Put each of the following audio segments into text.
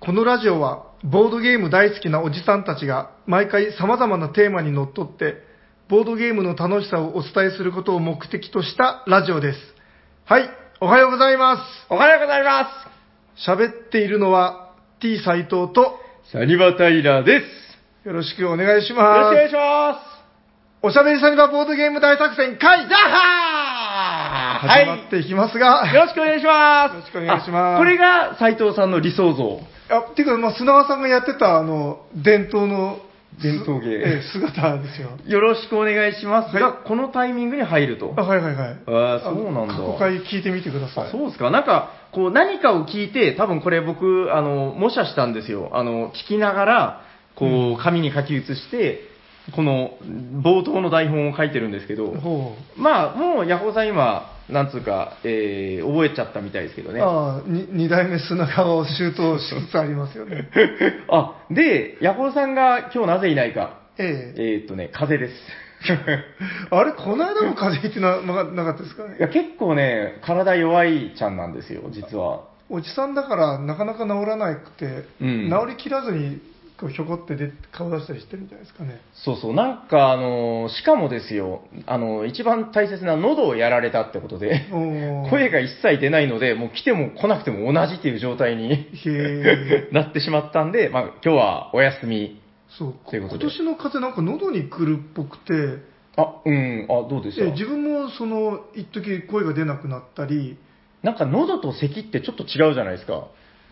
このラジオはボードゲーム大好きなおじさんたちが毎回様々なテーマにのっとってボードゲームの楽しさをお伝えすることを目的としたラジオです。はい、おはようございま。おはようございます喋っているのは T 斎藤とすサニバタイラですよよろしくお願いしろしくまお願いす。しまおしゃべりサニバボードゲーム大作戦す会ザッハー始まっていきますが、はい、よろしくお願いしますよろしくお願いしますあこれが斎藤さんの理想像あていうか、まあ、砂川さんがやってたあの伝統の伝統芸すええ姿ですよ。よろしくお願いしますが、はこのタイミングに入るとあはいはいはい。あーそうなんだあの過去回聞いてみてください。そうですか、なんか、こう、何かを聞いて、多分これ僕、あの、模写したんですよ。あの、聞きながら、こう、紙に書き写して、この、冒頭の台本を書いてるんですけど、ほまあ、もう、ヤホーさん今、なんつうか、えー覚えちゃったみたいですけどうね。ああ、に二代目砂川を周到しつつありますよ ね。 あ、で、ヤホーさんが今日なぜいないか。えええーっとね、風邪です。 あれ、この間も風邪ひいてなななかったですかねい。や結構ね、体弱いちゃんなんですよ、実は。おじさんだからなかなか治らなくて、うん治りきらずにこうひょこってで顔出したりしてるんじゃないですかね。そうそう、なんか、あの、しかもですよ、あの、一番大切な喉をやられたってことで、おー声が一切出ないので、もう来ても来なくても同じっていう状態に へえ。なってしまったんで、まあ、今日はお休み。そうという今ことで年の風邪なんか喉に来るっぽくて、あ、うん、あ、どうでしえた自分もその一時声が出なくなったり、なんか喉と咳ってちょっと違うじゃないですか。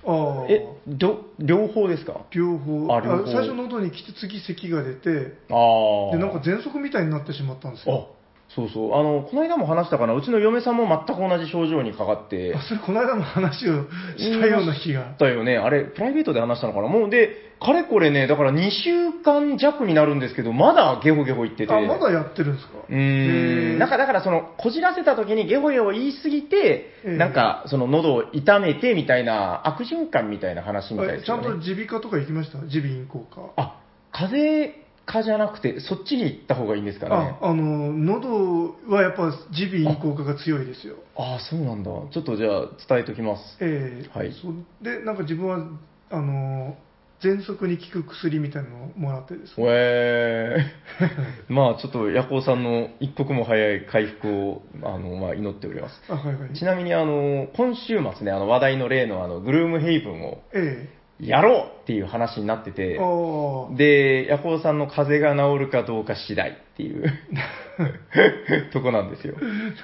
ああえ、ど、両方ですか両方あ両方あ最初喉に来て次咳が出てああ。でなんか喘息みたいになってしまったんですあよ、そうそう。あの、この間も話したかな、うちの嫁さんも全く同じ症状にかかってあ、それこの間も話をしたような気がだよね、あれ、プライベートで話したのかな、もうで、かれこれね、だから2週間弱になるんですけど、まだゲホゲホ言ってて、あまだやってるんですかうーへーん、なんかだから、そのこじらせた時にゲホゲホ言いすぎて、えーなんか、その喉を痛めてみたいな、悪循環みたいな話みたいでえすちゃよんね。と耳鼻科とか行きました耳鼻咽喉科あ風邪科じゃなくて、そっちに行った方がいいんですかねあ。あの喉はやっぱ耳鼻咽喉科が強いですよああ、そうなんだ。ちょっとじゃあ、伝えときます。ええはいそうでなんか自分はあの喘息に効く薬みたいなのをもらってですねえ ー、まあちょっと、ヤコウさんの一刻も早い回復を、あの、まあ祈っております。あはいはいちなみに、あの、今週末ね、あの、話題の例の、あの、グルームヘイブンをえやろうっていう話になってえてあ、あで、ヤコウさんの風邪が治るかどうか次第って いうとこなんですよ。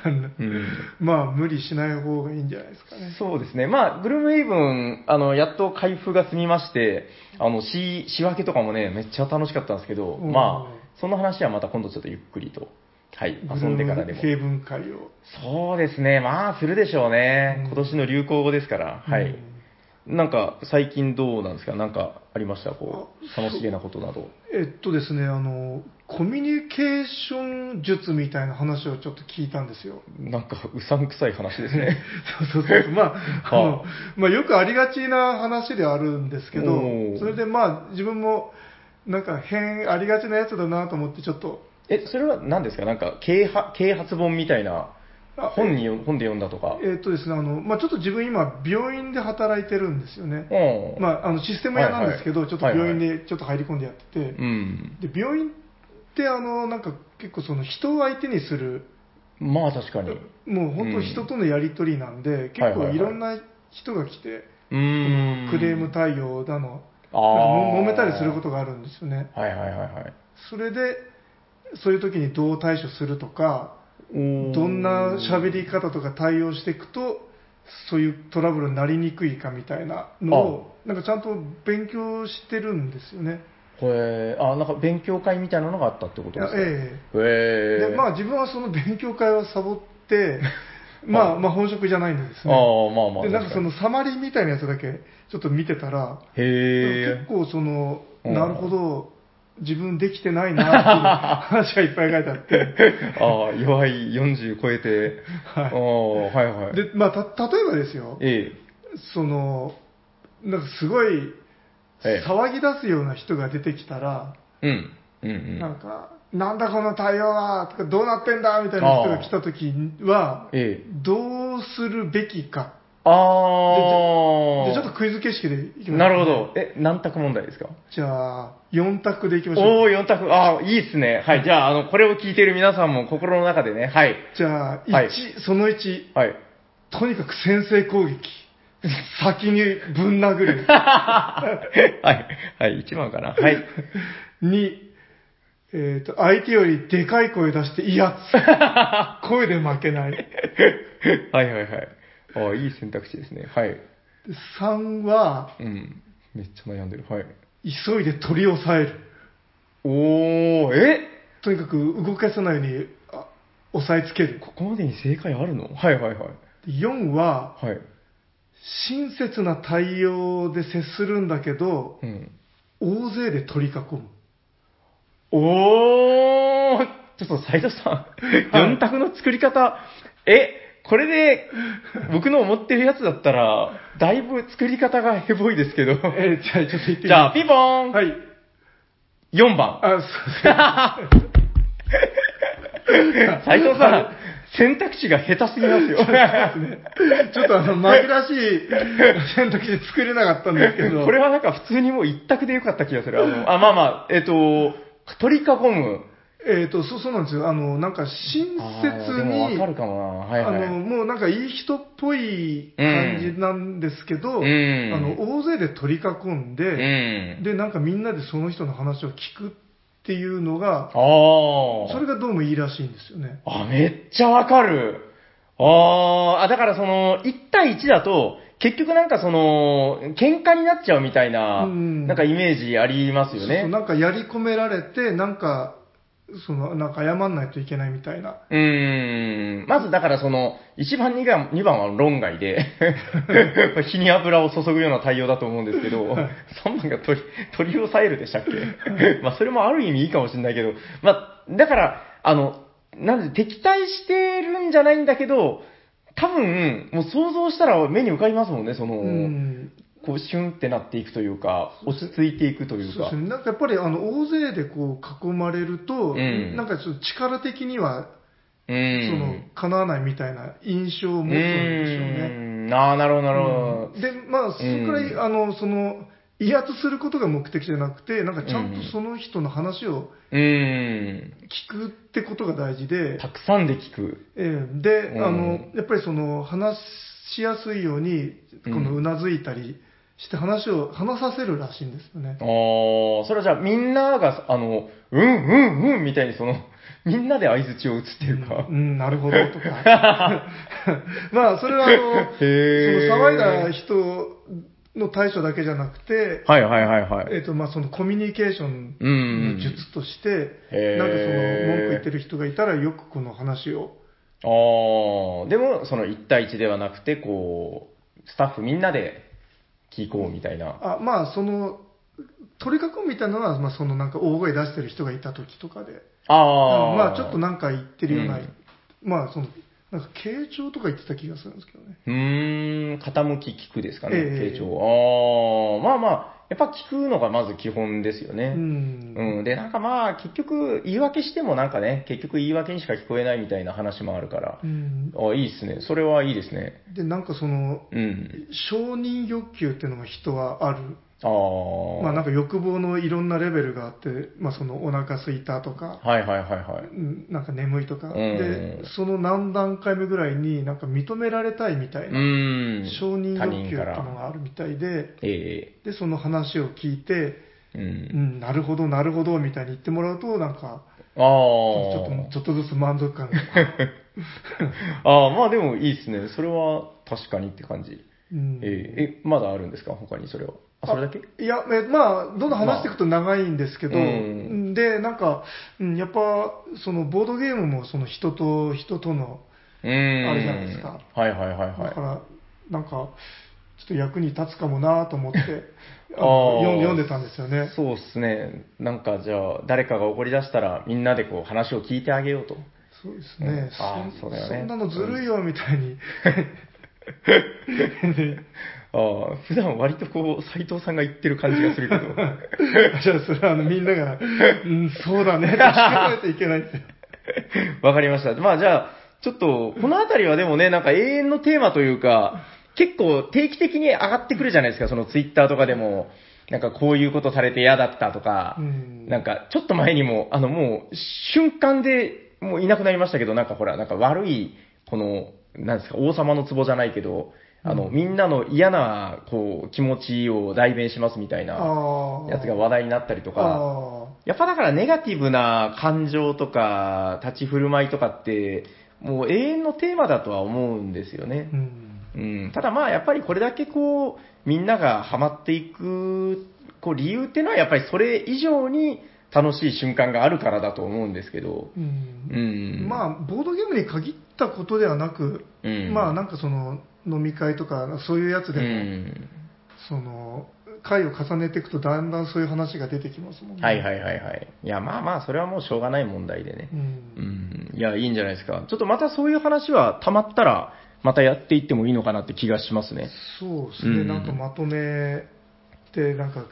なんだうん まあ無理しない方がいいんじゃないですかね。そうですね。まあ、グルームヘイブン、あの、やっと開封が済みまして、あの、仕、仕分けとかもね、めっちゃ楽しかったんですけど、うんまあ、その話はまた今度ちょっとゆっくりと、はい、遊んでからでも。平文会を。そうですね。まあ、するでしょうね。うん今年の流行語ですから、はういん。なんか、最近どうなんですかなんかありましたこあう、楽しげなことなど。えっとですね、あの、コミュニケーション術みたいな話をちょっと聞いたんです よ。なんか、うさんくさい話ですね。そうそうそう。ま あ、あはあの、まあよくありがちな話ではあるんですけどお、ーそれでまあ自分もなんか変、ありがちなやつだなと思ってちょっと、 え、それは何ですかなんか、啓発啓発本みたいな、あ本に、本で読んだとか。えっとですね、あの、まあちょっと自分今病院で働いてるんですよね。うん。まああのシステム屋なんですけど、はいちょはいっと病院でちょっと入り込んでやってて、うん。で病院ってあのなんか結構その人を相手にするまあ、確かに。うもう本当人とのやり取りなんで、結はいはい構はいいろんな人が来て、ーん。クレーム対応だのあーなんかも揉めたりすることがあるんですよねはいはいはいはい。それでそういう時にどう対処するとかどどんな喋り方とか対応していくとそういうトラブルになりにくいかみたいなのをなんかちゃんと勉強してるんですよね。へえ、あ、なんか勉強会みたいなのがあったってことですかいやえへえ。でまあ自分はその勉強会をサボ って、まあ、まあ本職じゃないんですね。ああ、まあまあ。でなんかその確サマリーみたいなやつだけちょっと見てたら、にへ結え。構その、うんなるほど、自分できてないなっていう話がいっぱい書いてあって、ああ、弱い40超えて。はいああ、はいはい。でまあ、た例えばですよ、えそのなんかすごいええ騒ぎ出すような人が出てきたら、え。うん。うんうん。なんか、なんだこの対応はとか、どうなってんだみたいな人が来た時は、ええ。どうするべきかあであ。ちょっと比クイズ形式でいきますなるほど。え、何択問題ですかじゃあ、4択でいきましょう。おー、4択。あー、いいっすね。はい。じゃあ、あの、これを聞いてる皆さんも心の中でね。はい。じゃあ、1、はいその1、はい。とにかく先制攻撃。先にぶん殴 る。はい。はい。1番かな。はい。 2、えっ、と、相手よりでかい声出して威圧。声で負けない。はいはいはい。あーいい選択肢ですね。はい。で3は、うん。めっちゃ悩んでる。はい。急いで取り押さえる。おー、えとにかく動かさないようにあ押さえつける。ここまでに正解あるのはいはいはい。 4は、はい。親切な対応で接するんだけど、うん。大勢で取り囲 む。おーちょっと斉藤さん、はい4択の作り方、え、これで僕の思ってるやつだったら、だいぶ作り方がヘボいですけど。えーじゃあちょっと言ってみますじゃあ、ピンポーン、はい。 !4 番。あ、斉藤さん、選択肢が下手すぎますよ。そうですね。 ちょっとあの、紛らわしい選択肢作れなかったんですけど。これはなんか普通にもう一択でよかった気がする。あの、あ、まあまあ、えっと、取り囲む。えっ、と、そう、そうなんですよ。あの、なんか、親あー切でもわに、かるかもな。はいはい。あの、もうなんかいい人っぽい感じなんですけど、うんあの、大勢で取り囲んうで、ん。で、なんかみんなでその人の話を聞くっていうのが、ああ。それがどうもいいらしいんですよね。あ、めっちゃわかる。あーあ、だからその、1対1だと、結局なんかその、喧嘩になっちゃうみたいな、うんなんかイメージありますよそうね。なんかやり込められて、なんか、その、なんか謝んないといけないみたいな。うーん。まずだからその、1番、2番、2番は論 外で、火に油を注ぐような対応だと思うんですけど、3番が 鳥、鳥を抑えるでしたっけ まあそれもある意味いいかもしれないけど、まあ、だから、あの、なんで敵対してるんじゃないんだけど、多分、もう想像したら目に浮かびますもんね、その、うん。こうシュンってなっていくというか、落ち着いていくというそうでかす。ね。なんかやっぱり、あの、大勢でこう囲まれると、うんなんかちょっと力的には、うそのん。、叶わないみたいな印象をう持つんでしょうね。ん。ああ、なるほど、なるほど。で、まあ、それくらい、うんあの、その、威圧することが目的じゃなくて、なんかちゃんうとんその人の話をうん。聞くってことが大事で、たくさんで聞く。ええで、うんあの、やっぱりその、話しやすいように、こうの、んうなずいたりして話を、話させるらしいんですよねあ。あ、それはじゃあみんなが、あの、うんうんうんみたいにその、 みんなで相槌を打つっていうかう。ん、なるほど、とか。 まあ、それはあの、そのへー騒いだ人の対処だけじゃなくて、はいはいはいはえっ、と、まあ、そのコミュニケーションうんのうん術として、へーなんかその文句言ってる人がいたらよくこの話を。ああ、でもその1対1ではなくて、こう、スタッフみんなで聞こうみたいな。あまあ、その、取り囲むみたいなのは、まあ、そのなんか大声出してる人がいた時とかで、ああ。まあ、ちょっとなんか言ってるような、うんまあ、その、なんか傾聴とか言ってた気がするんですけどね。うーん、傾き聞くですかね、ええ傾聴。ああ、まあまあ、やっぱ聞くのがまず基本ですよね。うん。うん、で、なんかまあ、結局、言い訳してもなんかね、結局言い訳にしか聞こえないみたいな話もあるからう、んあいいっすね。それはいいですね。で、なんかその、うん。承認欲求っていうのが人はある。ああ。まあ、なんか欲望のいろんなレベルがあって、まあ、そのお腹空いたとか、はいはいはいはい。うんなんか眠いとか、うんで、その何段階目ぐらいになんか認められたいみたいうな、ん。承認他欲求ってい人うかのら。があるみたいで、えで、その話を聞いて、えう。うんん、なるほど、なるほど、みたいに言ってもらうと、なんか、あちょっと、ちょっとずつ満足感 が。あ。 ああ、まあでもいいっすね。それは確かにって感じ。うんえええ、まだあるんですか他にそれは。あ、それだけいや、えまあ、どんどん話していくと長いんですけど、まあうんで、なんか、うんやっぱ、その、ボードゲームも、その、人と人との、うん。あるじゃないですか。はいはいはいだかはら、なんか、ちょっと役に立つかもなと思 って、ああのー読ん読んでたんですよいね。。そうっすね。なんかじゃあ、誰かが怒り出したら、みんなでこう話を聞いてあげようと。そうですうねん。あーんそうだよねそんなのずるいよ、みたい に。ああ、普段割とこう、斎藤さんが言ってる感じがするけど。 じゃあ、それは、あの、みんなが、うん、そうだね、って聞かないといけないん ですよ。わかりました。まあじゃあ、ちょっと、このあたりはでもね、なんか永遠のテーマというか、結構定期的に上がってくるじゃないですか、そのツイッターとかでも、なんかこういうことされて嫌だったとか、うんなんかちょっと前にも、あのもう瞬間でもういなくなりましたけど、なんかほら、なんか悪い、この、なんですか、王様の壺じゃないけど、あの、みんなの嫌な、こう、気持ちを代弁しますみたいなああ。やつが話題になったりとか、あやっぱだからネガティブな感情とか立ち振る舞いとかって、もう永遠のテーマだとは思うんですよあ。ねう。ん。うん、ただまあやっぱりこれだけこう、みんながハマっていく、こう理由っていうのはやっぱりそれ以上に楽しい瞬間があるからだと思うんですけど。うんうん。まあ、ボードゲームに限ったことではなく、うんまあ、なんかその、飲み会とか、そういうやつうでも、ん。その、回を重ねていくと、だんだんそういう話が出てきますもんね。はいはいはいはい。いやまあまあ、それはもうしょうがない問題でねう。。うんん。いや、いいんじゃないですか。ちょっとまたそういう話は溜まったら、またやっていってもいいのかなって気がしますね。そうですね、うんなんかまとめて、なんか、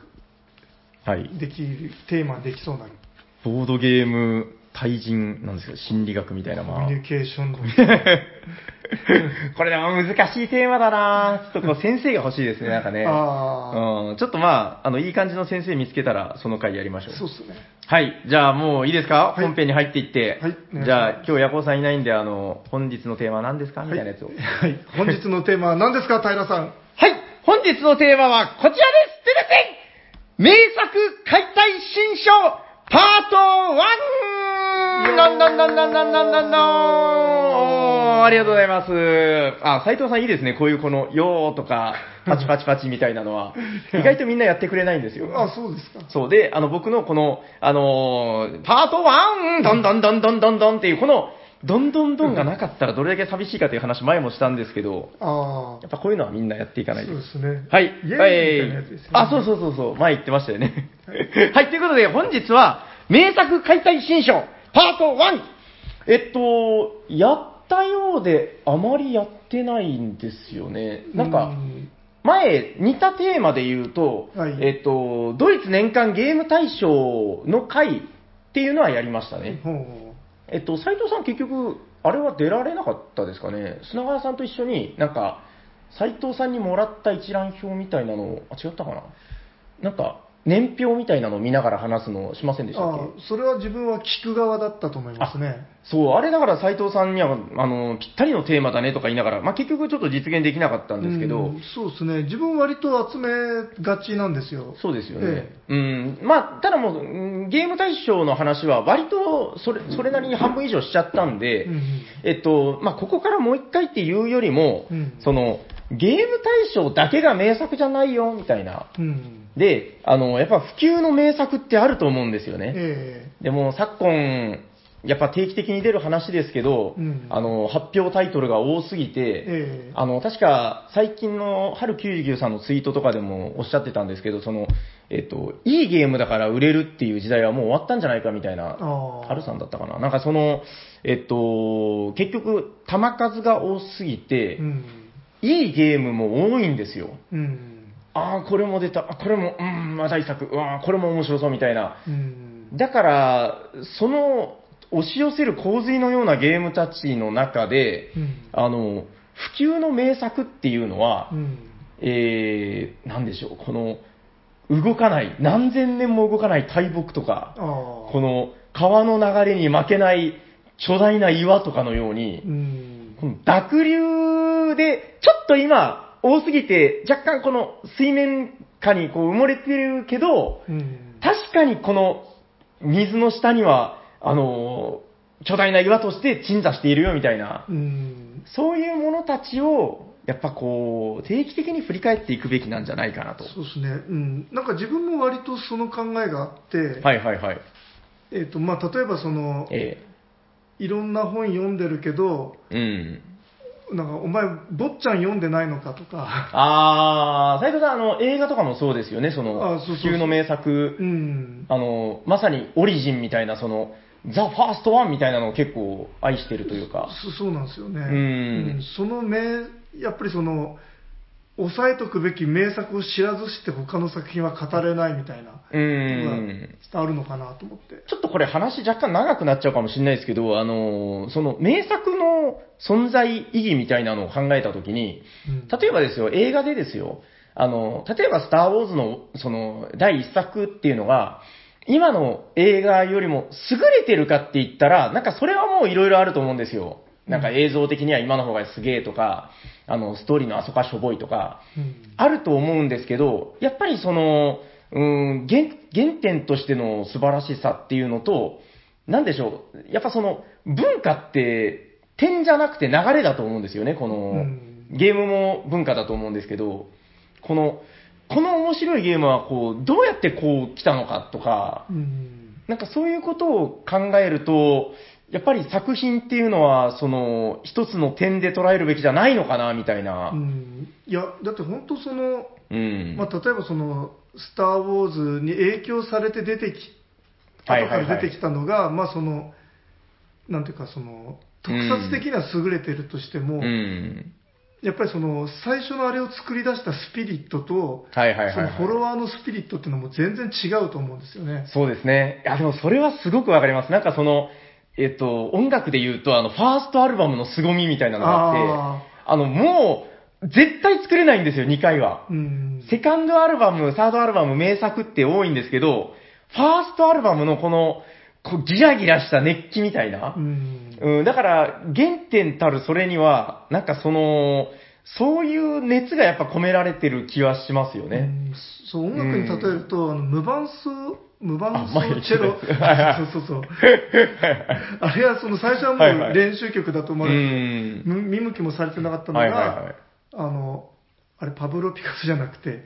はい。できる、テーマにできそうな、ボードゲーム対人、なんですか、心理学みたいな、まコあ。ミュニケーショ ンの。これでも難しいテーマだなぁちょっとこう先生が欲しいですね、なんかね。ああ、うん、ちょっとまあ、あの、いい感じの先生見つけたら、その回やりましょう。そうですね。はい。じゃあもういいですか、はい本編に入っていって。はいお願いしますじゃあ今日ヤコウさんいないんで、あの、本日のテーマは何ですかみたいなやつを。はい。はい。本日のテーマは何ですか、平さん。本日のテーマはこちらですてれてん名作解体新書パート 1! なんなんなんなんなんなんなんなんありがとうございます。あ、斉藤さんいいですね。こういうこの、よーとか、パチパチパチみたいなの は。意外とみんなやってくれないんですよ。あ、そうですか。そうで、あの、僕のこの、あのーパート 1! どんどんどんどんどんどんっていう、この、どんどんどんがなかったらどれだけ寂しいかという話前もしたんですけど、あやっぱこういうのはみんなやっていかあ、ないとそう。ですね。はい。イエーイみたいなやつですよねあ、そうそうそうそう。前言ってましたよね。 はい、ということで本日は、名作解体新書、パート 1! えっと、やったようで、あまりやってないんですよね。なんか、う前、似たテーマで言うと、はいえっと、ドイツ年間ゲーム大賞の会っていうのはやりましたね。ほうほえっと、斉藤さん結局、あれは出られなかったですかね。砂川さんと一緒に、なんか、斉藤さんにもらった一覧表みたいなのを、あ、違ったかななんか、年表みたいなのを見ながら話すのしませんうでしたっあけーそれは自分は聞く側だったと思いますね。そう、あれだから斉藤さんには、あの、ぴったりのテーマだねとか言いながら、まあ、結局ちょっと実現できなかったんですけど、うんそうですね。自分割と集めがちなんですよ。そうですよね。えうん。まあ、ただもううん、ゲーム大賞の話は割とそれ、それなりに半分以上しちゃったんで、うんうんえっと、まあ、ここからもう一回っていうよりも、うんその、ゲーム大賞だけが名作じゃないよ、みたいな。うん。で、あの、やっぱ普及の名作ってあると思うんですよね。えでも、昨今、やっぱ定期的に出る話ですけど、うんあの、発表タイトルが多すぎえて、ええあの、確か、最近の春99さんのツイートとかでもおっしゃってたんですけど、その、えっと、いいゲームだから売れるっていう時代はもう終わったんじゃないかみたいな、あー春さんだったかな。なんかその、えっと、結局、弾数が多すぎて、うん。いいゲームも多いんですよ。うん。ああ、これも出た、あこれも、うん、話題作、うわーこれも面白そうみたいな。うん。だから、その、押し寄せる洪水のようなゲームたちの中で、うんあの、普及の名作っていうのはう、ん。えー、なんでしょう、この、動かない、何千年も動かない大木とか、ああ。この川の流れに負けない巨大な岩とかのようにう、ん。この濁流で、ちょっと今、多すぎて、若干この水面下にこう埋もれてるけど、うん。確かにこの水の下には、あの、巨大な岩として鎮座しているよみたいな、うん。そういうものたちを、やっぱこう、定期的に振り返っていくべきなんじゃないかなと。そうですね。うん。なんか自分も割とその考えがあって、はいはいはい。えっ、と、まあ、例えばその、えいろんな本読んでるけど、えうん。なんか、お前、坊っちゃん読んでないのかとか、あー、斉藤さん、あの、映画とかもそうですよね、そあの、そうそう普及の名作う、ん、あの、まさにオリジンみたいな、その、ザ・ファーストワンみたいなのを結構愛してるというか。そそうなんですよね、んその名、やっぱりその、抑えとくべき名作を知らずして他の作品は語れないみたいな、うーん。あるのかなと思って。ちょっとこれ話若干長くなっちゃうかもしれないですけど、あのーその名作の存在意義みたいなのを考えたときに、うん例えばですよ、映画でですよ、あの、例えばスターウォーズの、その、第一作っていうのが、今の映画よりも優れてるかって言ったら、なんかそれはもういろいろあると思うんですよ。なんか映像的には今の方がすげえとか、あの、ストーリーのあそこはしょぼいとか、うんあると思うんですけど、やっぱりその、うーん、原原点としての素晴らしさっていうのと、なんでしょう、やっぱその、文化って点じゃなくて流れだと思うんですよね、この、うんゲームも文化だと思うんですけど、この、この面白いゲームはこう、どうやってこう来たのかとか、うんなんかそういうことを考えると、やっぱり作品っていうのは、その、一つの点で捉えるべきじゃないのかな、みたいな。うんいや、だって本当その、うん。まあ、例えばその、スター・ウォーズに影響されて出てき、はい後はいはかいら出てきたのが、まあその、なんていうかその、特撮的には優れてるとしても、うん。やっぱりその、最初のあれを作り出したスピリットと、はいはいはい、そはのい。フォロワーのスピリットっていうのも全然違うと思うんですよね。そうですね。いや、でもそれはすごくわかります。なんかその、えっと、音楽で言うと、あの、ファーストアルバムの凄みみたいなのがあって、あの、もう、絶対作れないんですよ、2回は。うん。セカンドアルバム、サードアルバム、名作って多いんですけど、ファーストアルバムのこの、こうギラギラした熱気みたいなう。ん。うん、だから、原点たるそれには、なんかその、そういう熱がやっぱ込められてる気はしますようね。んそう、音楽に例えると、あの無伴奏、無伴奏あ前にチェロ、言ってたそうそうそう。あれはその最初ははいはもうい練習曲だとう思われて、ん。む見向きもされてなかったのが、はいはいはい。あの、あれパブロ・ピカソじゃなくて、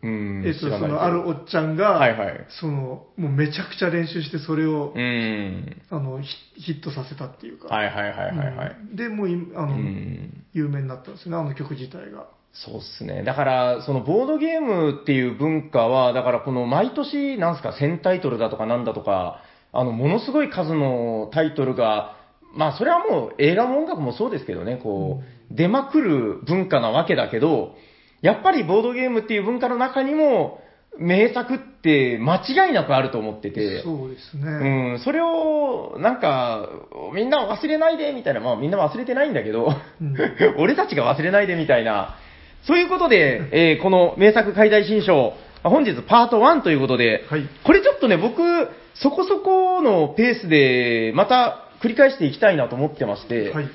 うん。えっと、知そらないけどのあるおっちゃんが、はいはい。その、もうめちゃくちゃ練習してそれを、うん。あのヒヒットさせたっていうか、はいはいはいはいはい。うんで、もういあうの、ん。有名になったんですよね、あの曲自体が。そうっすね。だから、そのボードゲームっていう文化は、だからこの毎年、なんすか、1000タイトルだとかなんだとか、あの、ものすごい数のタイトルが、まあ、それはもう映画も音楽もそうですけどね、こう、出まくる文化なわけだけど、やっぱりボードゲームっていう文化の中にも、名作って間違いなくあると思ってて。そうですね。うん、それを、なんか、みんな忘れないで、みたいな、まあみんな忘れてないんだけど、うん 俺たちが忘れないで、みたいな。そういうことで、えーこの名作解体新書、あ本日パート1ということで、はいこれちょっとね、僕、そこそこのペースで、また繰り返していきたいなと思ってまして、はい。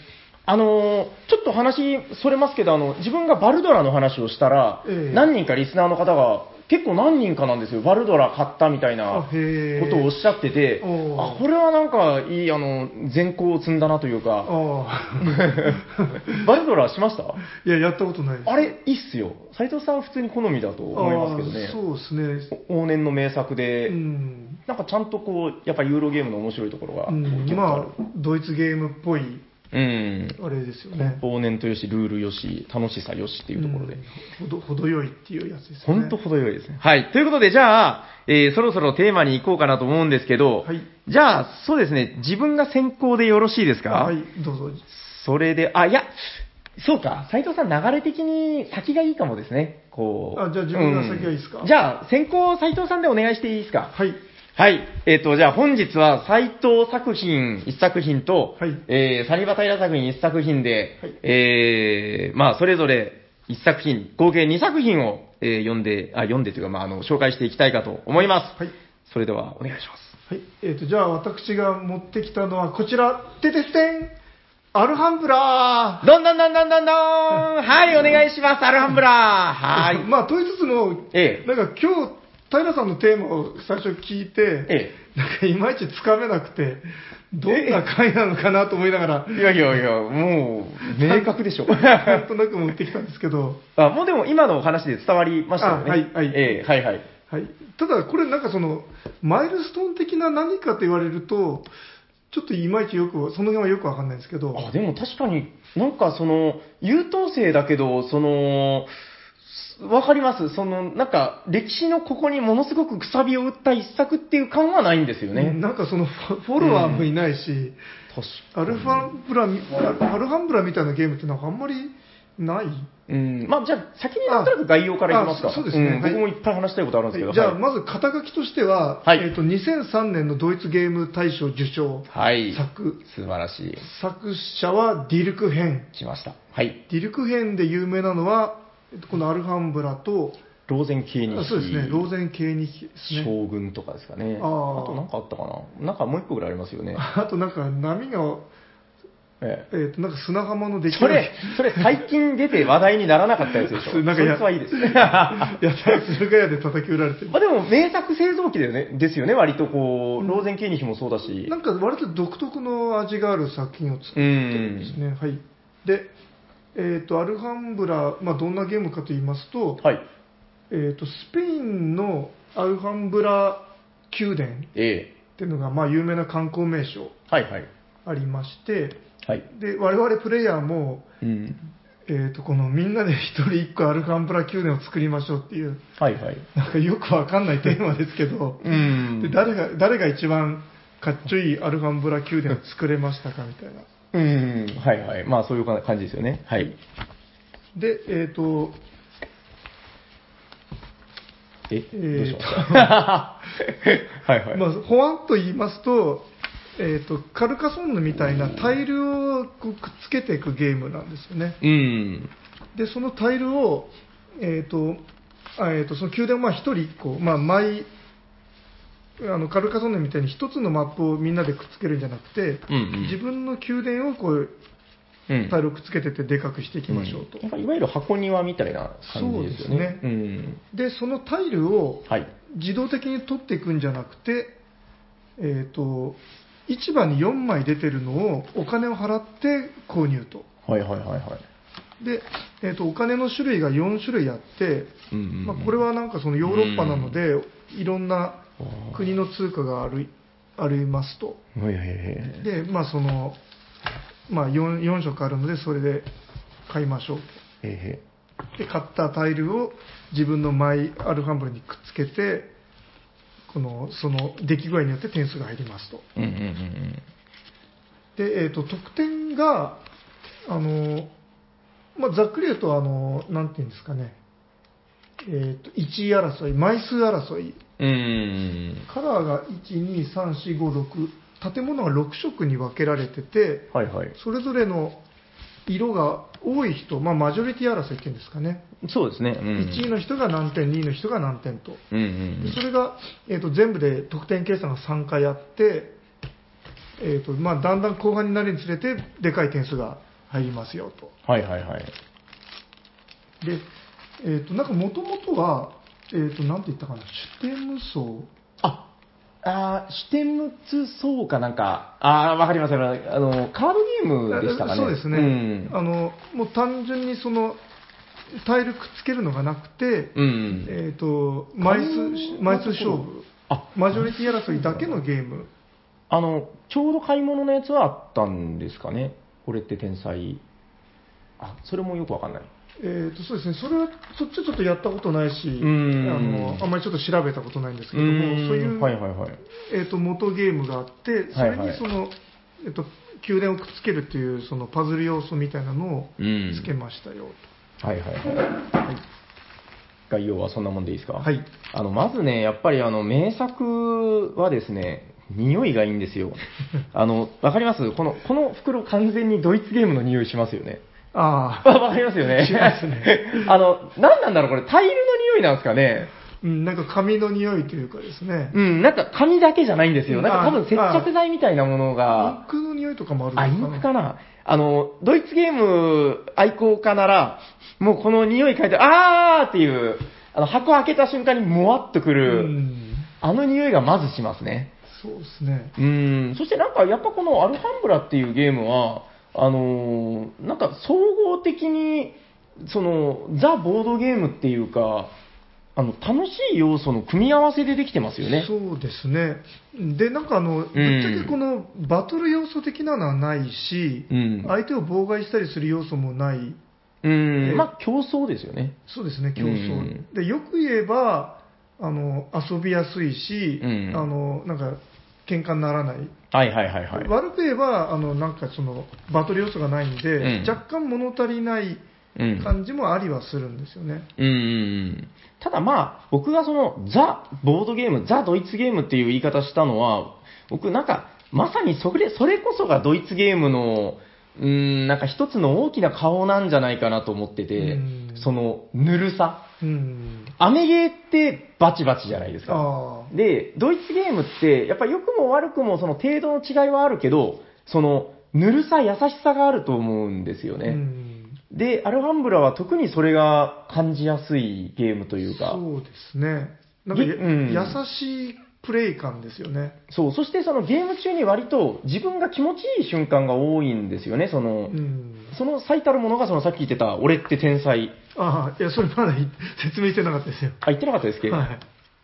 あのーちょっと話、それますけど、あの、自分がバルドラの話をしたら、ええ何人かリスナーの方が、結構何人かなんですよ、バルドラ買ったみたいなあへーことをおっしゃってて、おーあ、これはなんか、いい、あの、善行を積んだなというか、あバルドラしました あ。いや、やったことないです。あれ、いいっすよ。斎藤さん普通に好みだと思いますけどああね。そうですね。往年の名作で、うん。なんかちゃんとこう、やっぱユーロゲームの面白いところが、うん、まあ、ドイツゲームっぽい、うん。あれですよコンね。ポーネントよし、ルールよし、楽しさよしっていうところで。んほど、程よいっていうやつですよね。本当程よいですね。はい。ということで、じゃあ、えーそろそろテーマに行こうかなと思うんですけど、はいじゃあ、そうですね、自分が先行でよろしいですかはい、どうぞ。それで、あ、いや、そうか、斉藤さん、流れ的に先がいいかもですね。こう。あじゃあ自分が先がいいですかうんじゃあ、先行斉藤さんでお願いしていいですかはい。はい。えっ、と、じゃあ本日は斎藤作品1作品と、はいえー、サニバタイラ作品1作品で、はいえー、まあ、それぞれ1作品、合計2作品を、えー読んで、あ、読んでというか、まあ、あの、紹介していきたいかと思います。はい。それでは、お願いします。はい。えっ、と、じゃあ私が持ってきたのはこちら、ててすてんアルハンブラどんどんどんどんどんどんはい、お願いします、アルハンブラはい。まあ、と言いつつも、ええなんか今日、平さんのテーマを最初聞いて、えなんかいまいちつかめなくて、どんな回なのかなと思いながら、え。いやいやいや、もう、明確で しょ。なんとなく持ってきたんですけど、あ、もうでも今のお話で伝わりましたよね。あはいはいええはいはい。はい、ただこれなんかその、マイルストーン的な何かと言われると、ちょっといまいちよく、その辺はよくわかんないんですけど、あでも確かになんかその優等生だけどそのすわかりますそのなんか歴史のここにものすごくくさびを打った一作っていう感はないんですよね、うんなんかそのフォフォロワーもいないし、確かアルファンブラ、アルハンブラみたいなゲームってなんかあんまりないうん、まあ、じゃあ、先になんとなく概要からいきますか。あそうそうですねんはい僕もいっぱい話したいことあるんですけど。じゃあ、はいまず肩書きとしては、はいえっと2003年のドイツゲーム大賞受賞、はい。作素晴らしい。作者はディルクヘン。来ました。はい。ディルクヘンで有名なのは、えっとこのアルハンブラと、ローゼン系に。あそうですね、ローゼン系にですね。将軍とかですかね。あーあとなんかあったかな。なんかもう一個ぐらいありますよね。 あとなんか波が、ええっ、と、なんか砂浜の出え来それ、 それ最近出て話題にならなかったやつでしょ。なんかそやいつはいい です。やたら鶴ヶ谷で叩き売られてる。まあでも名作製造機だよね、ですよね、割とこう、ローゼンケーニヒもそうだし な、んか割と独特の味がある作品を作ってるんですね。はい。で、えっ、と、アルハンブラ、まあどんなゲームかと言いますと、はい、えっ、と、スペインのアルハンブラ宮殿っええていうのが、まあ有名な観光名所はいはい、ありまして、はい、で、我々プレイヤーも、うん、えっ、と、このみんなで一人一個アルハンブラ宮殿を作りましょうっていう、はいはい、なんかよくわかんないテーマですけど、うんで誰が誰が一番かっちょいいアルハンブラ宮殿を作れましたかみたいな。うん、はいはい、まあそういうか感じですよね、はい。で、えっ、と、え、えどうしーと ました はいはい。まあ、ほわんと言いますと、えっ、と、カルカソンヌみたいなタイルをこうくっつけていくゲームなんですよね。うん、で、そのタイルを、えっ、と、あえー、とその宮殿をまあ一人一個、まあ、毎あのカルカソンヌみたいに一つのマップをみんなでくっつけるんじゃなくて、うんうん自分の宮殿をこううんタイルをくっつけてってでかくしていきましょうと、んなんかいわゆる箱庭みたいな感じですよね。そうですねん。でそのタイルをはい。自動的に取っていくんじゃなくて、えー、と市場に4枚出てるのをお金を払って購入とはいはいはいはい。で、えー、とお金の種類が4種類あって、うんうんうんまあ、これはなんかそのヨーロッパなので、いろんなあ国の通貨があるありますとーはいはいはい。でまあその、まあ、4, 4色あるのでそれで買いましょうとへへで買ったタイルを自分のマイアルファンブルにくっつけてこのその出来具合によって点数が入りますとうんうんうんで、えー、と得点があの、まあ、ざっくり言うとあのなんていうんですかね、えー、と1位争い枚数争いうん。うん。カラーが12345建物が6色に分けられててはいはい。それぞれの色が多い人、まあ、マジョリティ争いっていうんですかね、そうですね。うん、 1位の人が何点2位の人が何点とうんうんうでんそれが、えー、と全部で得点計算が3回あって、えーとまあ、だんだん後半になるにつれてでかい点数が入りますよとはいはいはい。で、えー、となんかもともとは、えー、となんて言ったかなシュテム層ああー、シュテムツそうかなんか、あー、わかりますよ。あの、カードゲームでしたかね。そうですね、うん。あのもう単純にそのタイルくっつけるのがなくて、うん。えー、と枚数枚数勝負あ、マジョリティ争いだけのゲームあの、ちょうど買い物のやつはあったんですかね。これって天才。あ、それもよくわかんない。えー、とそうですね、それはそっちはちょっとやったことないし、あんのあんまりちょっと調べたことないんですけどうも、ーんそういう、はいはいはい。えー、と元ゲームがあって、それはいはにいその、えー、と宮殿をくっつけるっていうそのパズル要素みたいなのをうんつけましたよ、はいはいはい。概要はそんなもんでいいですかはい。あの、まずね、やっぱりあの、名作はですね、匂いがいいんですよ。 あの、わかりますこの、この袋完全にドイツゲームの匂いしますよね。ああ、 わかりますよね。しますねあの、何なんだろうこれ、タイルの匂いなんですかねうん、なんか紙の匂いというかですね、うん、なんか紙だけじゃないんですよ。なんか多分あ接着剤みたいなものインが、クの匂いとかもあるあ、イのかンクな。かなあの、ドイツゲーム愛好家なら、もうこの匂い嗅いで、あーっていう、あの、箱開けた瞬間にもわっとくうる、ん、あの匂いがまずしますね。そうですね。うん、そしてなんかやっぱこのアルハンブラっていうゲームは、あのーなんか総合的に、その、ザ・ボードゲームっていうか、あの、楽しい要素の組み合わせでできてますよね。そうですね。で、なんかあの、ぶっちゃけこのバトル要素的なのはないし、うん相手を妨害したりする要素もない、うんえ、まあ競争ですよね。そうですね、競争。うんで、よく言えば、あの、遊びやすいし、うんあの、なんか、喧嘩にならない。はいはいはいはい。悪く言えば、あの、なんかその、バトル要素がないんで、うん若干物足りないうん。感じもありはするんですよね。うんうんうんただまあ、僕がそのザ・ボードゲーム、ザ・ドイツゲームっていう言い方したのは、僕なんか、まさにそれ、それこそがドイツゲームの、うーん、なんか一つの大きな顔なんじゃないかなと思っててうん、その、ぬるさ。うん。アメゲーってバチバチじゃないですか。ああ。で、ドイツゲームって、やっぱ良くも悪くもその程度の違いはあるけど、その、ぬるさ、優しさがあると思うんですよね。うんで、アルハンブラは特にそれが感じやすいゲームというか、そうですね。なんかや、ぎうん優しいプレイ感ですよね。そうそしてそのゲーム中に割と自分が気持ちいい瞬間が多いんですよね、その、うん。その最たるものがそのさっき言ってた、俺って天才。ああ、いや、それまだい説明してなかったですよ。あ、言ってなかったですっけど、はい。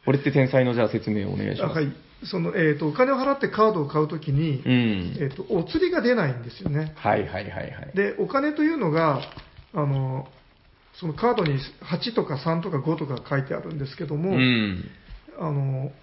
俺って天才のじゃあ説明をお願いしあます。はい。その、えっ、と、お金を払ってカードを買うときに、うん。えっ、と、お釣りが出ないんですよね。はいはいはいはい。で、お金というのが、あの、そのカードに8とか3とか5とか書いてあるんですけどうも、ん。あの、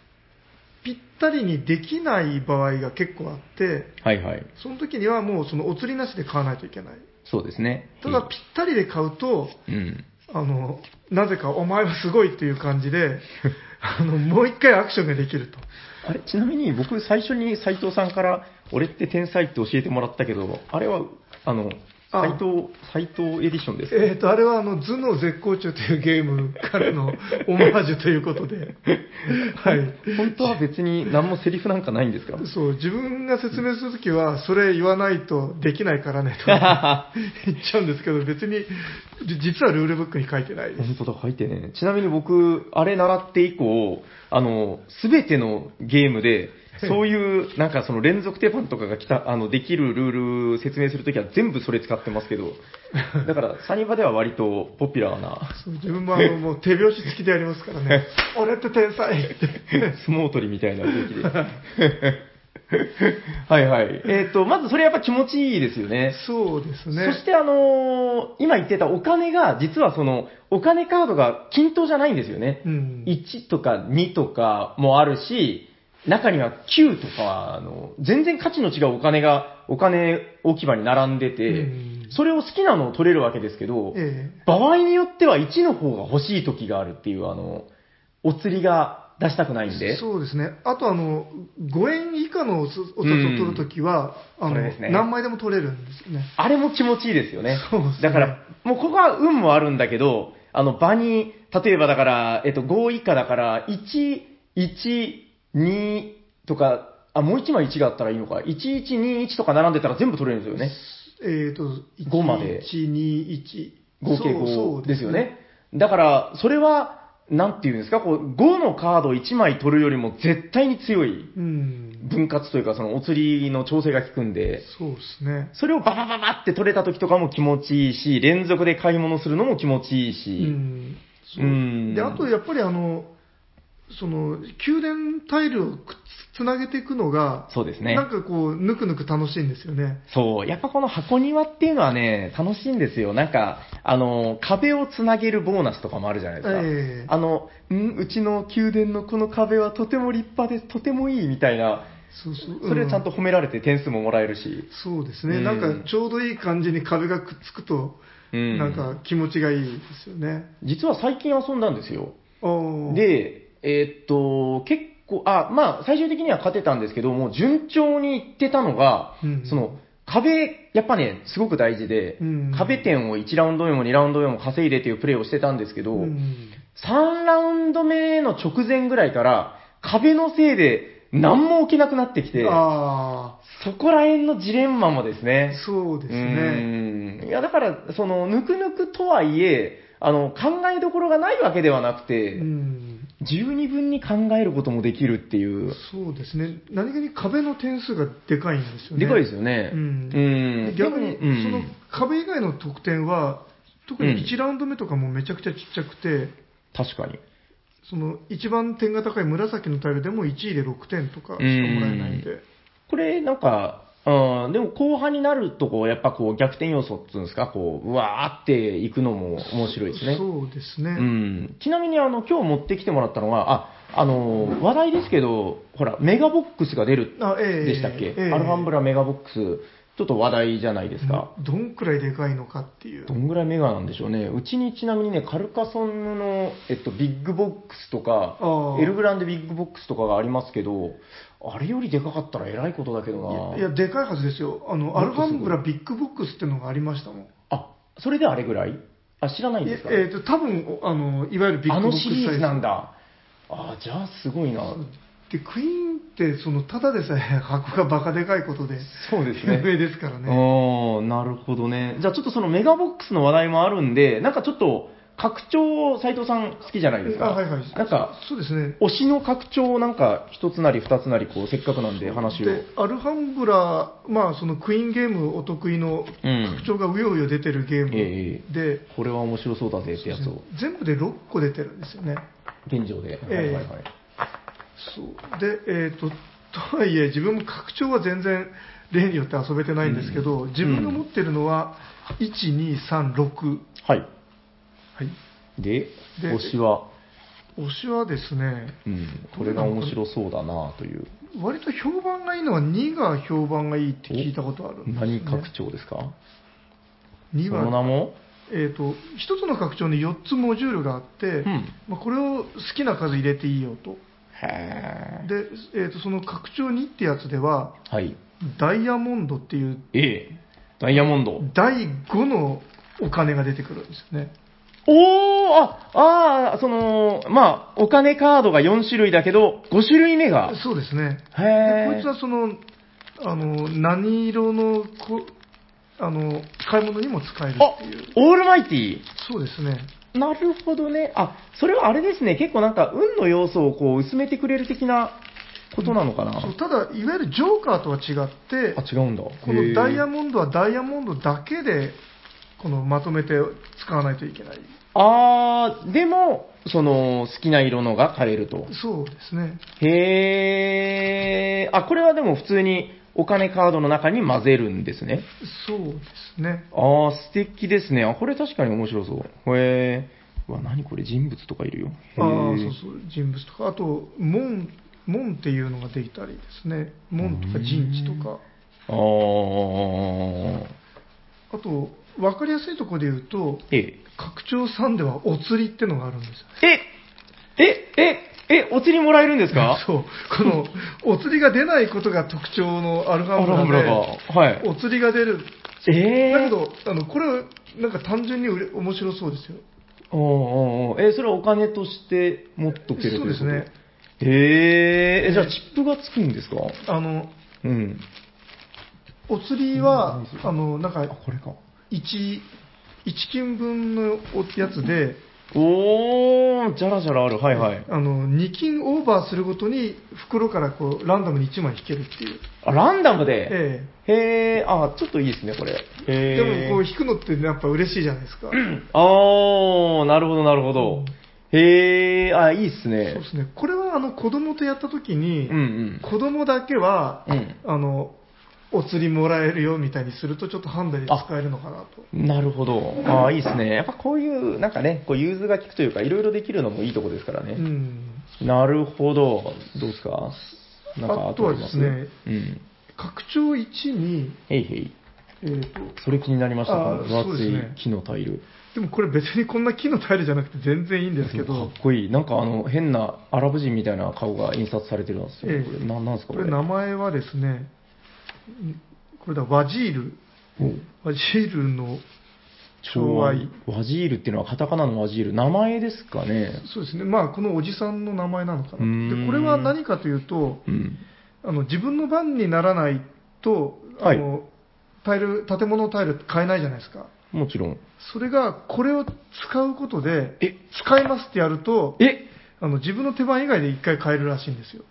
ぴったりにできない場合が結構あって、はいはい。その時にはもうそのお釣りなしで買わないといけない。そうですね。ただ、ぴったりで買うと、うん。あの、なぜかお前はすごいっていう感じで、 あの、もう一回アクションができると。あれ、ちなみに僕最初に斉藤さんから、俺って天才って教えてもらったけど、あれは、あの、あ斉藤、斉藤エディションですかえっ、と、あれはあの、頭脳絶好調というゲームからのオマージュということで、はい。本当は別に何もセリフなんかないんですかそう、自分が説明するときは、それ言わないとできないからねと言っちゃうんですけど、別に、じ実はルールブックに書いてないです。本当だ、書いてね。ちなみに僕、あれ習って以降、あの、すべてのゲームで、そういう、なんかその連続手番とかが来た、あの、できるルール説明するときは全部それ使ってますけど、だから、サニバでは割とポピュラーな、そう自分もあの、もう手拍子付きでやりますからね。俺って天才って。相撲取りみたいな動きで。はいはい。えっ、と、まずそれやっぱ気持ちいいですよね。そうですね。そしてあのー今言ってたお金が、実はその、お金カードが均等じゃないんですよね。うん。 1とか2とかもあるし、中には9とか、あの、全然価値の違うお金が、お金置き場に並んでて、うんそれを好きなのを取れるわけですけど、ええ場合によっては1の方が欲しい時があるっていう、あの、お釣りが出したくないんで。そうですね。あとあの、5円以下のお札お札を取るときは、うんあその、れですね何枚でも取れるんですよね。あれも気持ちいいですよね。そうですねだから、もうここは運もあるんだけど、あの場に、例えばだから、えっと、5以下だから、1、1、2とか、あ、もう1枚1があったらいいのか。1、1、2、1とか並んでたら全部取れるんですよね。えっ、と、 5まで1、2、1。合計そう5ですよね。。だから、それは、なんていうんですか、こう、5のカード1枚取るよりも絶対に強いそううん。分割というか、そのお釣りの調整が効くんで、そうですね。それをババババって取れた時とかも気持ちいいし、連続で買い物するのも気持ちいいし、ん。そううんで、あとやっぱりあの、その、宮殿タイルをくっつつなげていくのが、そうですねな。んかこう、ぬくぬく楽しいんですよね。そう。やっぱこの箱庭っていうのはね、楽しいんですよ。なんか、あの、壁をつなげるボーナスとかもあるじゃないですか。ええあの、んうちの宮殿のこの壁はとても立派です、とてもいいみたいな、そうそう。それをちゃんとう褒められて点数ももらえるし。そうですね、うんなんかちょうどいい感じに壁がくっつくと、うんなんか気持ちがいいですよね。実は最近遊んだんですよ。おー、で、えーっと、結構、あ、まあ、最終的には勝てたんですけど、もう順調にいってたのが、うんその、壁、やっぱね、すごく大事で、うん壁点を1ラウンド目も2ラウンド目も稼いでというプレーをしてたんですけど、うん3ラウンド目の直前ぐらいから、壁のせいで何も起きなくなってきて、あそこら辺のジレンマもですあね。、そうですね。うんいや、だから、その、ぬくぬくとはいえ、あの、考えどころがないわけではなくて、うん、十二分に考えることもできるっていう。そうですね。何気に壁の点数がでかいんですよね。でかいですよね。うんうん逆に、うんその壁以外の得点は、特にう1ラウンド目とかもめちゃくちゃちっちゃくて、確かに。その一番点が高い紫のタイルでも1位で6点とかしかもらえないんで、これ、なんか、うん、でも後半になるとこう、やっぱこう、逆転要素っていうんですか、こう、うわーっていくのも面白いですね。そうですね。うん。ちなみに、あの、今日持ってきてもらったのは、あ、あの、話題ですけど、ほら、メガボックスが出るあええでしたっけ、ええアルハンブラメガボックス。ちょっと話題じゃないですか。どんくらいでかいのかっていうど。んぐらいメガなんでしょうね。うちにちなみにね、カルカソンの、えっと、ビッグボックスとか、ああエルグランデビッグボックスとかがありますけど、あれよりでかかったらえらいことだけどな。いや、でかいはずですよ。あの、アルっとすごいファンブラビッグボックスっていうのがありましたもん。あ、それであれぐらいあ、知らないんですかええーと、多分おあの、いわゆるビッあグボックのスシリーズサなイんだ。あ、じゃあすごいな。ズで、クイーンって、その、ただでさえ箱がバカでかいことで、そうです有ね。名ですからね。ああ、なるほどね。じゃあちょっとそのメガボックスの話題もあるんで、なんかちょっと、拡張、斎藤さん好きじゃないですか。あ、はいはい。なんか、そうですね。推しの拡張をなんか一つなり二つなり、こう、せっかくなんで話を。で、アルファンブラ、まあ、その、クイーンゲームお得意の、うん特。徴がうようよ出てるゲームええで、これは面白そうだぜってやつを、全部で6個出てるんですよね。現状で。ええはいはいはい。そうで、えー、と とはいえ、自分も拡張は全然例によって遊べてないんですけど、うん自分が持ってるのは、1、2、3、6、はい。はい、で、で推しは、推しはですね、うん、これが面白そうだなという。割と評判がいいのは2が評判がいいって聞いたことあるんです、何ね、拡張ですか2その名は、もえー、と1つの拡張に4つモジュールがあって、うんまあ、これを好きな数入れていいよと。へえ。で、えー、とその拡張2ってやつでは、はい。ダイヤモンドっていうええ。ダイヤモンド。第5のお金が出てくるんですよね。おおあ、ああ、その、まあ、お金カードが4種類だけど、5種類目が。そうですね。でへこいつはその、あの、何色のこ、あの、買い物にも使えるあっていう。、オールマイティそうですね。なるほどね。あ、それはあれですね。結構なんか、運の要素をこう、薄めてくれる的なことなのかな。そうただ、いわゆるジョーカーとは違って、あ、違うんだ。このダイヤへーモンドはダイヤモンドだけで、このまとめて使わないといけない。あー、でも、その、好きな色のが買えると。そうですね。へー。あ、これはでも普通に、お金カードの中に混ぜるんですね。そうですね。ああ、素敵ですね。あ、これ確かに面白そう。へえ。うわ、何これ人物とかいるよ。ああへえそうそう人物とかあと門門っていうのができたりですね門とか陣地とかああ。あと分かりやすいところで言うとええ、拡張3ではお釣りってのがあるんですよえ、え、え、え、お釣りもらえるんですか そうこのお釣りが出ないことが特徴のアルフアァルハンンブブララが。ではい。お釣りが出るええだけどあのこれはなんか単純にうれ面白そうですよおうおうおうえそれはお金として持っとけるそうですね。へええ、じゃあチップがつくんですかあのうん。お釣りはあのなんあ、かこれか。 1金分のおやつで、おー、じゃらじゃらある。はいはい。あの2金オーバーするごとに袋からこうランダムに1枚引けるっていう、あ、ランダムで。えへえ、あ、ちょっといいですね、これ。えへえ。でもこう引くのってやっぱ嬉しいじゃない ですか、ああ、なるほど、なるほうんど。へえ、あ、いいっすそうねで。すねこれはあの子供とやった時に、うん子供だけは、うん。うん。あのお釣りもらえるよみたいにするとちょっとハンダで使えるのかなとなるほど。ああ、いいっすね。やっぱこういう、なんかね、こう、融通が利くというか、いろいろできるのもいいとこですからうね。んなるほど。どうですかなんか、あとはですねありますうん。拡張1に、へいへい。えー、とそれ気になりました。こあーの分厚そうでいすね木のタイル。でもこれ別にこんな木のタイルじゃなくて全然いいんですけかっどこいい。なんかあの、変なアラブ人みたいな顔が印刷されてるんですよ。ええこれ、なんなんですか、ここれ。れ名前はですねんこれだワジールおワジールの超超愛愛。ワジールっていうのはカタカナのワジール。名前ですかね。そうですね、まあ、このおじさんの名前なのかうーんな、でこれは何かというとうん。あの、自分の番にならないと、あのタイル建物のタイル買えないじゃないですか、もちろん。それがこれを使うことで、え使いますってやると、えあの自分の手番以外で1回買えるらしいんですよ。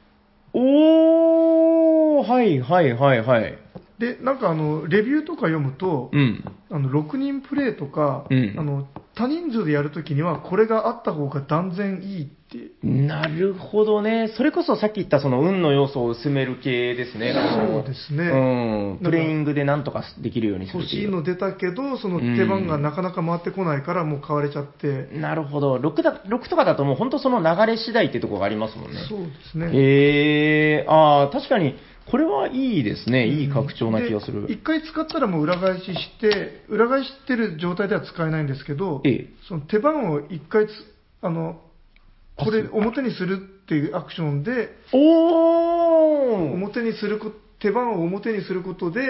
おーはいはいはいはい。でなんかあのレビューとか読むと、うん。あの6人プレイとか、うんあの多人数でやるときにはこれがあった方が断然いいってなるほどね。それこそさっき言ったその運の要素を薄める系ですね。そうですねうん。なんかプレイングでなんとかできるようにする欲っていしういの出たけど、その手番がなかなか回ってこないから、もう買われちゃって、なるほど。6, だ6とかだともう本当その流れ次第ってとこがありますもんね。そうですね、えー、ああ、確かに、これはいいですね。いい拡張な気がすで一る。回使ったらもう裏返しして、裏返してる状態では使えないんですけど、ええその手番を一回つ、あの、これ表にするっていうアクションで、おー表にするこ、手番を表にすることで、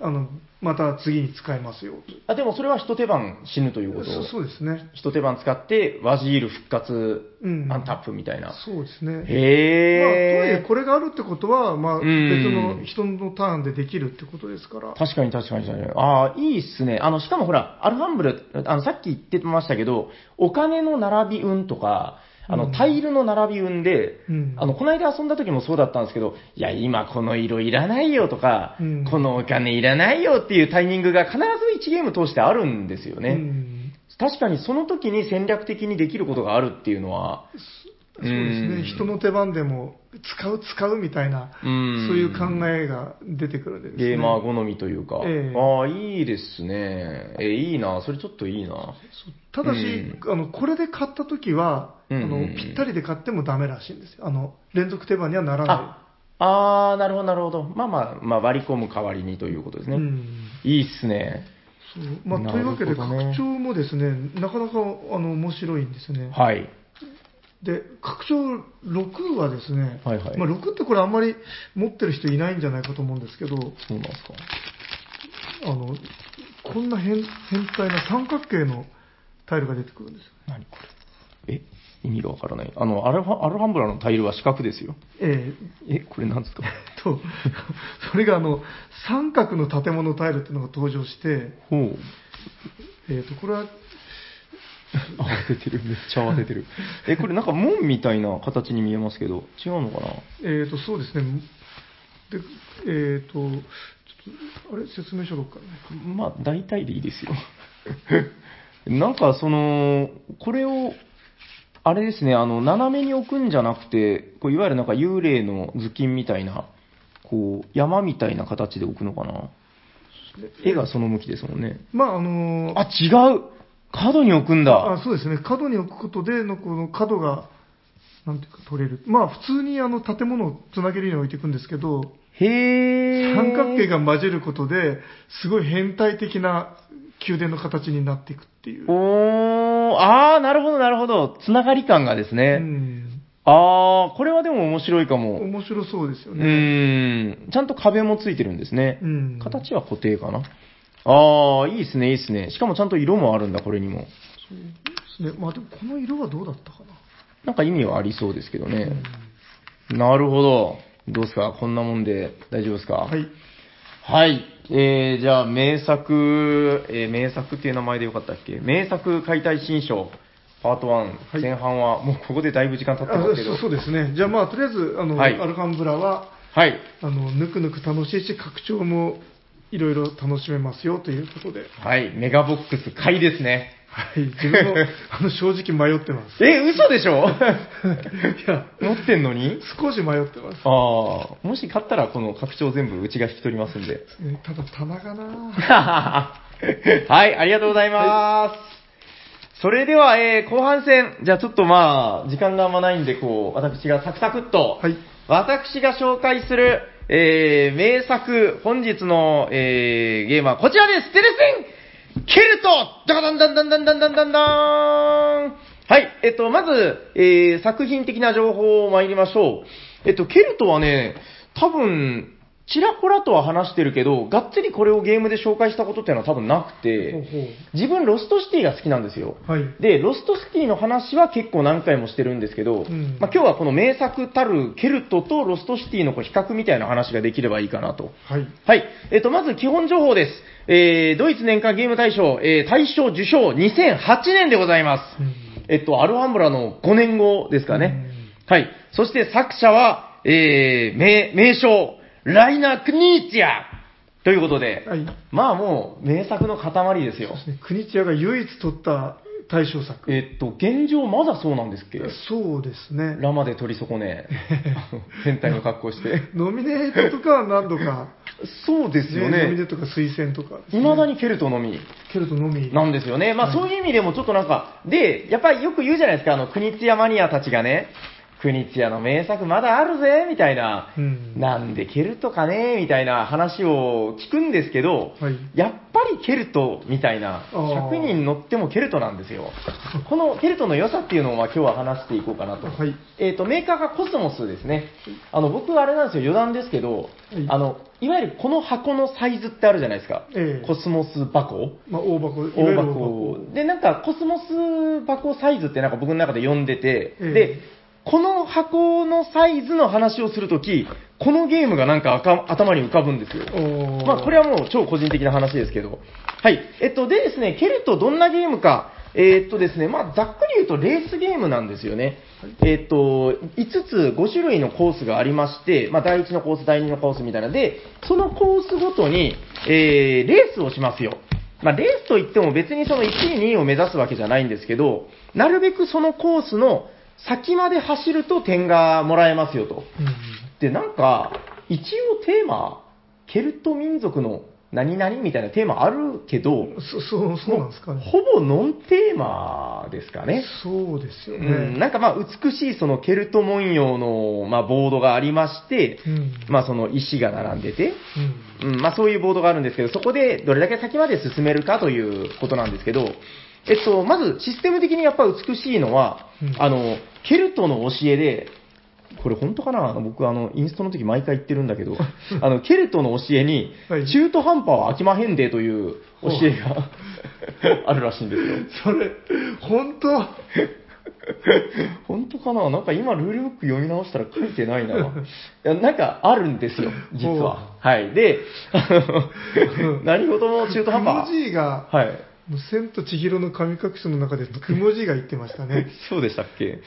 あの、また次に使えますよ。あ、でもそれは一手番死ぬということそそうですね。一手番使って、ワジール復活、うんアンタップみたいな。そうですね。まあ、とはいえへえ、これがあるってことは、まあ、う別んの人のターンでできるってことですから。確かに確かに確かに。ああ、いいっすね。あの、しかもほら、アルファンブル、あの、さっき言ってましたけど、お金の並び運とか、あうの、んタイルの並び運で、うんあの、この間遊んだ時もそうだったんですけど、いや、今この色いらないよとか、うんこのお金いらないよっていうタイミングが必ず1ゲーム通してあるんですよね。うん確かにその時に戦略的にできることがあるっていうのは、そうですうね。ん人の手番でも、使う、使うみたいな、うそうんいう考えが出てくるんです、ね。ゲーマー好みというか、ええああ、いいですね。えいいな、それちょっといいな。そうただし、あの、これで買った時は、うんうんうんあの、ぴったりで買ってもダメらしいんですよ。あの、連続手番にはならなああー、なるほど、なるほど。まあまあ、まあ、割り込む代わりにということい。ですね。うんいいっすね。そうまあ、なといるうほわどねけで、拡張もですね、なかなかあの面白いんですね。はい。で、拡張6はですね、はいはいまあ、6ってこれあんまり持ってる人いないんじゃないかと思うんですけど、そうなんですか。あの、こんな変変態な三角形のタイルが出てくるんですよ。何これ。え、意味がわからない。あの、アルファアルファンブラのタイルは四角ですよ。ええ、これなん ですかー、と、 それがあの、三角の建物タイルっていうのが登場して、ほう。えー、と、これは、合わせてる。めっちゃ合わせてる。え、これなんか門みたいな形に見えますけど、違うのかなえー、と、そうですね。で、えー、と、ちょっと、あれ、説明書どっかね。まあ、大体でいい ですよ。なんか、その、これを、あれですね、あの、斜めに置くんじゃなくて、こういわゆるなんか幽霊の頭巾みたいな、こう、山みたいな形で置くのかな。絵がその向きですもんね。まあ、あのーあ、違う角に置くんだあそうですね、角に置くことでの、この角が、なんていうか、取れる、まあ、普通にあの建物をつなげるように置いていくんですけど、へー。三角形が混じることですごい変態的な宮殿の形になっていくっていう。おー、あー、なるほど、なるほど。つながり感がですうね。ん、あー、これはでも面白いかも。面白そうですようね。ーん。ちゃんと壁もついてるんですね。うん形は固定かな。ああ、いいですね、いいですね。しかもちゃんと色もあるんだ、これにも。そうですね。まあでもこの色はどうだったかなんか意味はありそうですけどな。うね。んなるほど。どうですかこんなもんで大丈夫ですかはい。はい。えー、じゃあ、名作、えー名作っていう名前でよかったっけ名作解体新書、パート1、い前半は、もうここでだいぶ時間経ってあますけどそ。そうですね。じゃあまあとりあえず、あの、はいアルカンブラは、はい。あの、ぬくぬく楽しいし、拡張もいろいろ楽しめますよということで。はい。メガボックス買いですね。はい。自分の、あの、正直迷ってます。え、嘘でし ょいや、持ってんのに少し迷ってます。ああ、もし買ったらこの拡張全部うちが引き取ります んで。ねただ棚がなはい、ありがとうございます。それでは、えー後半戦、じゃあちょっとまあ、時間があんまないんで、こう、私がサクサクっと、はい私が紹介する、えー名作、本日の、えーゲームはこちらですテレセンケルトダダンダンダンダンダンダンダンダーンはい、えっと、まず、えー作品的な情報を参りましょう。えっと、ケルトはね、多分、ちらほらとは話してるけど、がっつりこれをゲームで紹介したことっていうのは多分なくて、ほうほう自分、ロストシティが好きなんですよ。はい。で、ロストシティの話は結構何回もしてるんですけど、んまあ、今日はこの名作たるケルトとロストシティのこう比較みたいな話ができればいいかなと。はい。はい。えっ、と、まず基本情報です。えー、ドイツ年間ゲーム大賞、えー、大賞受賞2008年でございます。うんえっと、アルファンブラの5年後ですかね。はい。そして作者は、えー、名、名称、ライナ・クニーチアということで、はい。まあもう、名作の塊ですよそう。ですね。国千代が唯一取った大賞作。えっと、現状まだそうなんですっけそうですね。ラマで取り損ね、あの変態の格好して。ノミネートとかは何度か。そうですよノミネねー。トとか推薦とかですね、未だにケルトのみ。けれどのみ。なんですよね。まあそういう意味でもちょっとなんか、で、やっぱりよく言うじゃないですか、あの、国津屋マニアたちがね、国津屋の名作まだあるぜ、みたいな、うんなんでケルトかね、みたいな話を聞くんですけど、はいやっぱりケルトみたいな、あー100人乗ってもケルトなんですよ。このケルトの良さっていうのをまあ今日は話していこうかなと。はいえっ、と、メーカーがコスモスですね。あの、僕あれなんですよ、余談ですけど、い、あの、いわゆるこの箱のサイズってあるじゃないですか。ええコスモス箱。まあ、大箱、いわゆ大る箱で、なんか、コスモス箱サイズってなんか僕の中で呼んでて、ええで、この箱のサイズの話をするとき、このゲームがなんかあか頭に浮かぶんですよ。おーまあ、これはもう超個人的な話ですけど。はい。えっと、でですね、ケルトどんなゲームか。えーっとですね、まあ、ざっくり言うとレースゲームなんですよね。えーっと、5つ、5種類のコースがありまして、まあ、第1のコース、第2のコースみたいな。で、そのコースごとに、えーレースをしますよ。まあ、レースといっても別にその1位、2位を目指すわけじゃないんですけど、なるべくそのコースの先まで走ると点がもらえますよと。うんで、なんか、一応テーマ、ケルト民族の何々みたいなテーマあるけど、そそうそうなんですかね。ほぼノンテーマですかね。そうですうよん、ね。なんかまあ美しいそのケルト文様の、まあ、ボードがありまして、うんまあその石が並んでて、うんうん、まあそういうボードがあるんですけど、そこでどれだけ先まで進めるかということなんですけど、えっと、まずシステム的にやっぱ美しいのは、うんあの、ケルトの教えで、これ本当かな僕あの、インストの時毎回言ってるんだ けど、あの、ケルトの教えにはい、中途半端は飽きまへんでという教えが あるらしいんですよ。それ、本当 本当かななんか今ルールブック読み直したら書いてないな。いやなんかあるんですよ、実は。はい。で、あ の何事も中途半端。くもじいが、はい。千と千尋の神隠しの中で、くもじいが言ってましたね。そうでしたっけ、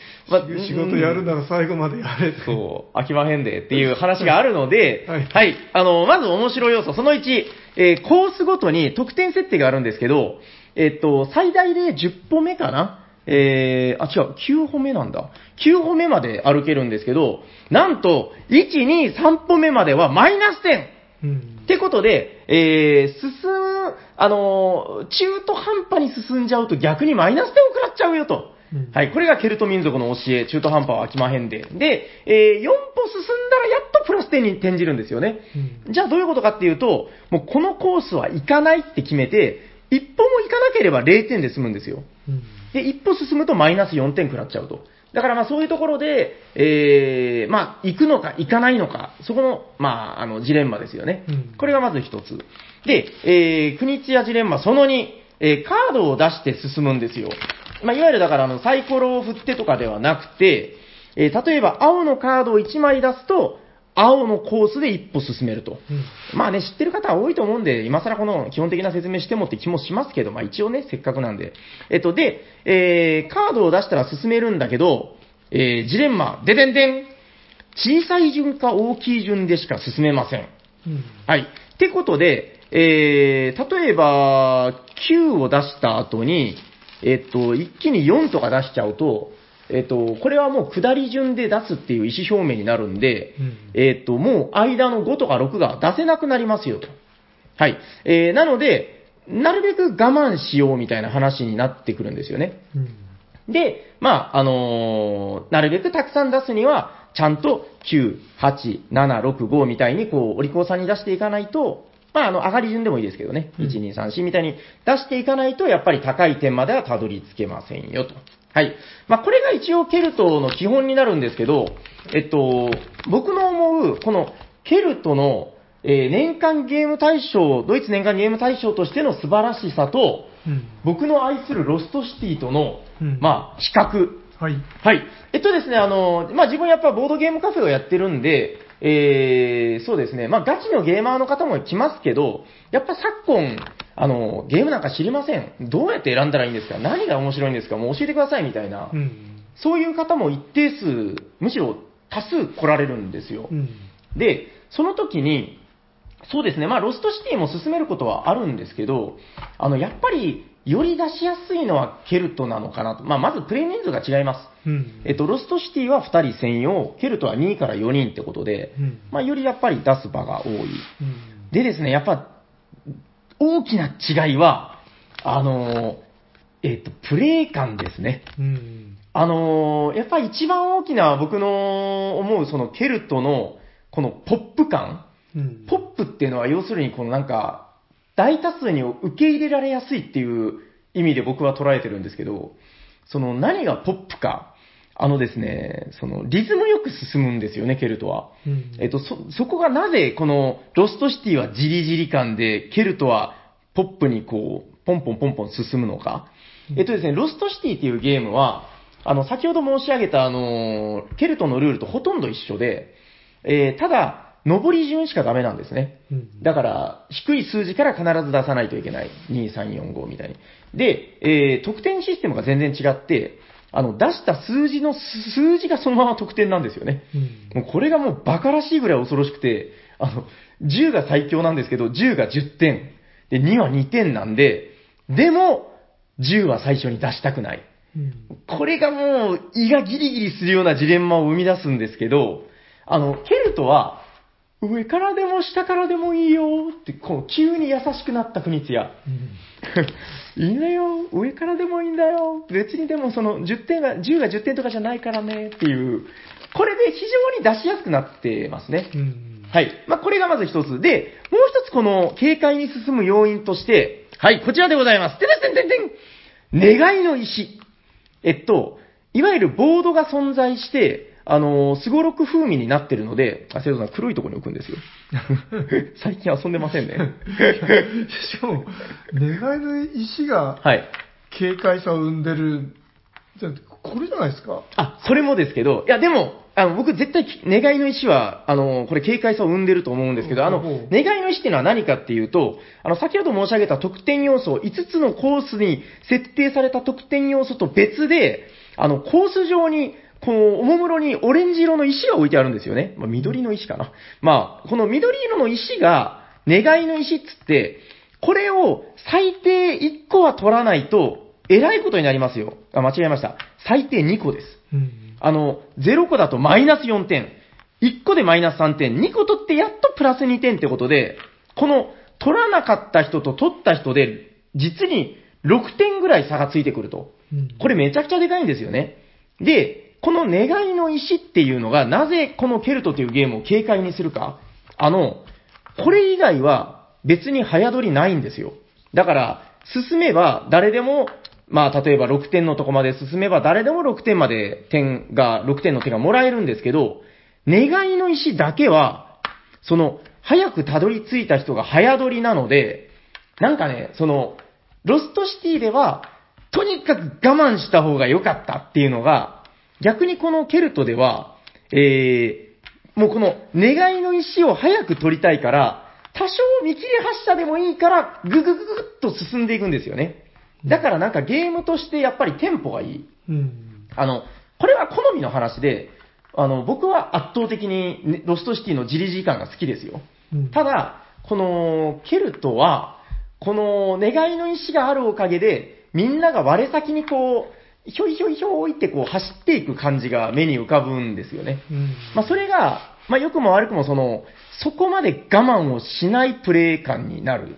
仕仕事やるなら最後までやれって。そう、飽きまへんでっていう話があるので、 はいあの、まず面白い要素、その1、えーコースごとに得点設定があるんですけど、えっと、最大で10歩目かなえー、あ、違う、9歩目なんだ。9歩目まで歩けるんですけど、なんと、1、2、3歩目まではマイナス点うんってことで、えー、進む、あのー中途半端に進んじゃうと逆にマイナス点を食らっちゃうよと。うんはい、これがケルト民族の教え、中途半端は飽きまへんで。で、えー、4歩進んだらやっとプラス点に転じるんですよね。うんじゃあどういうことかっていうと、もうこのコースは行かないって決めて、一歩も行かなければ0点で済むんですよ。うんで、一歩進むとマイナス4点食らっちゃうと。だからまあそういうところで、えー、まあ行くのか行かないのか、そこの、まああのジレンマですよね。うんこれがまず一つ。で、えー、国津屋ジレンマその2、えー、カードを出して進むんですよ。まあいわゆるだからあのサイコロを振ってとかではなくて、えー、例えば青のカードを1枚出すと、青のコースで一歩進めると。うんまあね、知ってる方は多いと思うんで、今更この基本的な説明してもって気もしますけど、まあ一応ね、せっかくなんで。えっと、で、えー、カードを出したら進めるんだけど、えー、ジレンマ、ででんでん小さい順か大きい順でしか進めません。うんはい。ってことで、えー、例えば、9を出した後に、えっと、一気に4とか出しちゃうと、えっと、これはもう下り順で出すっていう意思表明になるんで、うんえっと、もう間の5とか6が出せなくなりますよと。はい。えー、なので、なるべく我慢しようみたいな話になってくるんですよね。うんで、まあ、あのーなるべくたくさん出すには、ちゃんと9、8、7、6、5みたいに、こう、お利口さんに出していかないと、まあ、あの、上がり順でもいいですけどね。うん1、2、3、4みたいに出していかないと、やっぱり高い点まではたどり着けませんよと。はい。まあ、これが一応ケルトの基本になるんですけど、えっと、僕の思う、このケルトの、えー年間ゲーム大賞、ドイツ年間ゲーム大賞としての素晴らしさと、うん僕の愛するロストシティとの、うんまあ、比較。はい。はい。えっとですね、あの、まあ、自分やっぱボードゲームカフェをやってるんで、えー、そうですね、まあ、ガチのゲーマーの方も来ますけど、やっぱ昨今、あの、ゲームなんか知りません。どうやって選んだらいいんですか何が面白いんですかもう教えてくださいみたいな。うんそういう方も一定数、むしろ多数来られるんですよ。うんで、その時に、そうですね、まあ、ロストシティも進めることはあるんですけど、あの、やっぱり、より出しやすいのはケルトなのかなと。まあ、まずプレイ人数が違います。うんえっと、ロストシティは2人専用、ケルトは2から4人ってことで、うんまあ、よりやっぱり出す場が多い。うんでですね、やっぱ、大きな違いは、あのーえっと、プレイ感ですね。うんあのーやっぱ一番大きな僕の思うそのケルトのこのポップ感、うんポップっていうのは要するにこのなんか大多数に受け入れられやすいっていう意味で僕は捉えてるんですけど、その何がポップか、あのですね、そのリズムよく進むんですよね、ケルトは。うんえっと、そ、そこがなぜこのロストシティはジリジリ感で、ケルトはポップにこう、ポンポンポンポン進むのか。うんえっとですね、ロストシティっていうゲームは、あの、先ほど申し上げたあの、ケルトのルールとほとんど一緒で、えーただ、上り順しかダメなんですね。うんだから、低い数字から必ず出さないといけない。2、3、4、5みたいに。で、えー得点システムが全然違って、あの、出した数字の、数字がそのまま得点なんですよね。うんもうこれがもう馬鹿らしいぐらい恐ろしくて、あの、10が最強なんですけど、10が10点。で、2は2点なんで、でも、10は最初に出したくない。うんこれがもう胃がギリギリするようなジレンマを生み出すんですけど、あの、ケルトは、上からでも下からでもいいよって、こう、急に優しくなった国津屋。うんいいんだよ、上からでもいいんだよ、別にでもその10点が、10が10点とかじゃないからねっていう、これで非常に出しやすくなってますね。うんはい。まあ、これがまず一つ。で、もう一つこの警戒に進む要因として、はい、こちらでございます。てててんてんてん願いの石。えっと、いわゆるボードが存在して、あのー、すごろく風味になってるので、あ、生徒さん黒いところに置くんです よ。最近遊んでませ んね。しかも、願いの石がはい。警戒さを生んでる、じゃこれじゃないですか。あ、それもですけど、いや、でも、あの、僕絶対き、願いの石は、あの、これ警戒さを生んでると思うんですけど、あのほうほう、願いの石っていうのは何かっていうと、あの、先ほど申し上げた得点要素、5つのコースに設定された得点要素と別で、あの、コース上に、このおもむろにオレンジ色の石が置いてあるんですよね。まあ、緑の石かな。まあ、この緑色の石が、願いの石っつって、これを最低1個は取らないと、えらいことになりますよ。あ、間違えました。最低2個です。うん。あの、0個だとマイナス4点。1個でマイナス3点。2個取ってやっとプラス2点ってことで、この、取らなかった人と取った人で、実に6点ぐらい差がついてくると。これめちゃくちゃでかいんですよね。で、この願いの石っていうのが、なぜこのケルトというゲームを警戒にするか。あの、これ以外は別に早取りないんですよ。だから、進めば誰でも、まあ、例えば6点のとこまで進めば誰でも6点まで点が、6点の点がもらえるんですけど、願いの石だけは、その、早くたどり着いた人が早取りなので、なんかね、その、ロストシティでは、とにかく我慢した方が良かったっていうのが、逆にこのケルトでは、えー、もうこの願いの石を早く取りたいから、多少見切り発車でもいいから、ぐぐぐぐっと進んでいくんですよね。だからなんかゲームとしてやっぱりテンポがいい。うん。あの、これは好みの話で、あの、僕は圧倒的にねロストシティのジリジリ感が好きですよ。うん。ただ、このケルトは、この願いの石があるおかげで、みんなが割れ先にこう、ひょいひょいひょいってこう走っていく感じが目に浮かぶんですよね。うん。まあそれが、まあ良くも悪くもその、そこまで我慢をしないプレイ感になる。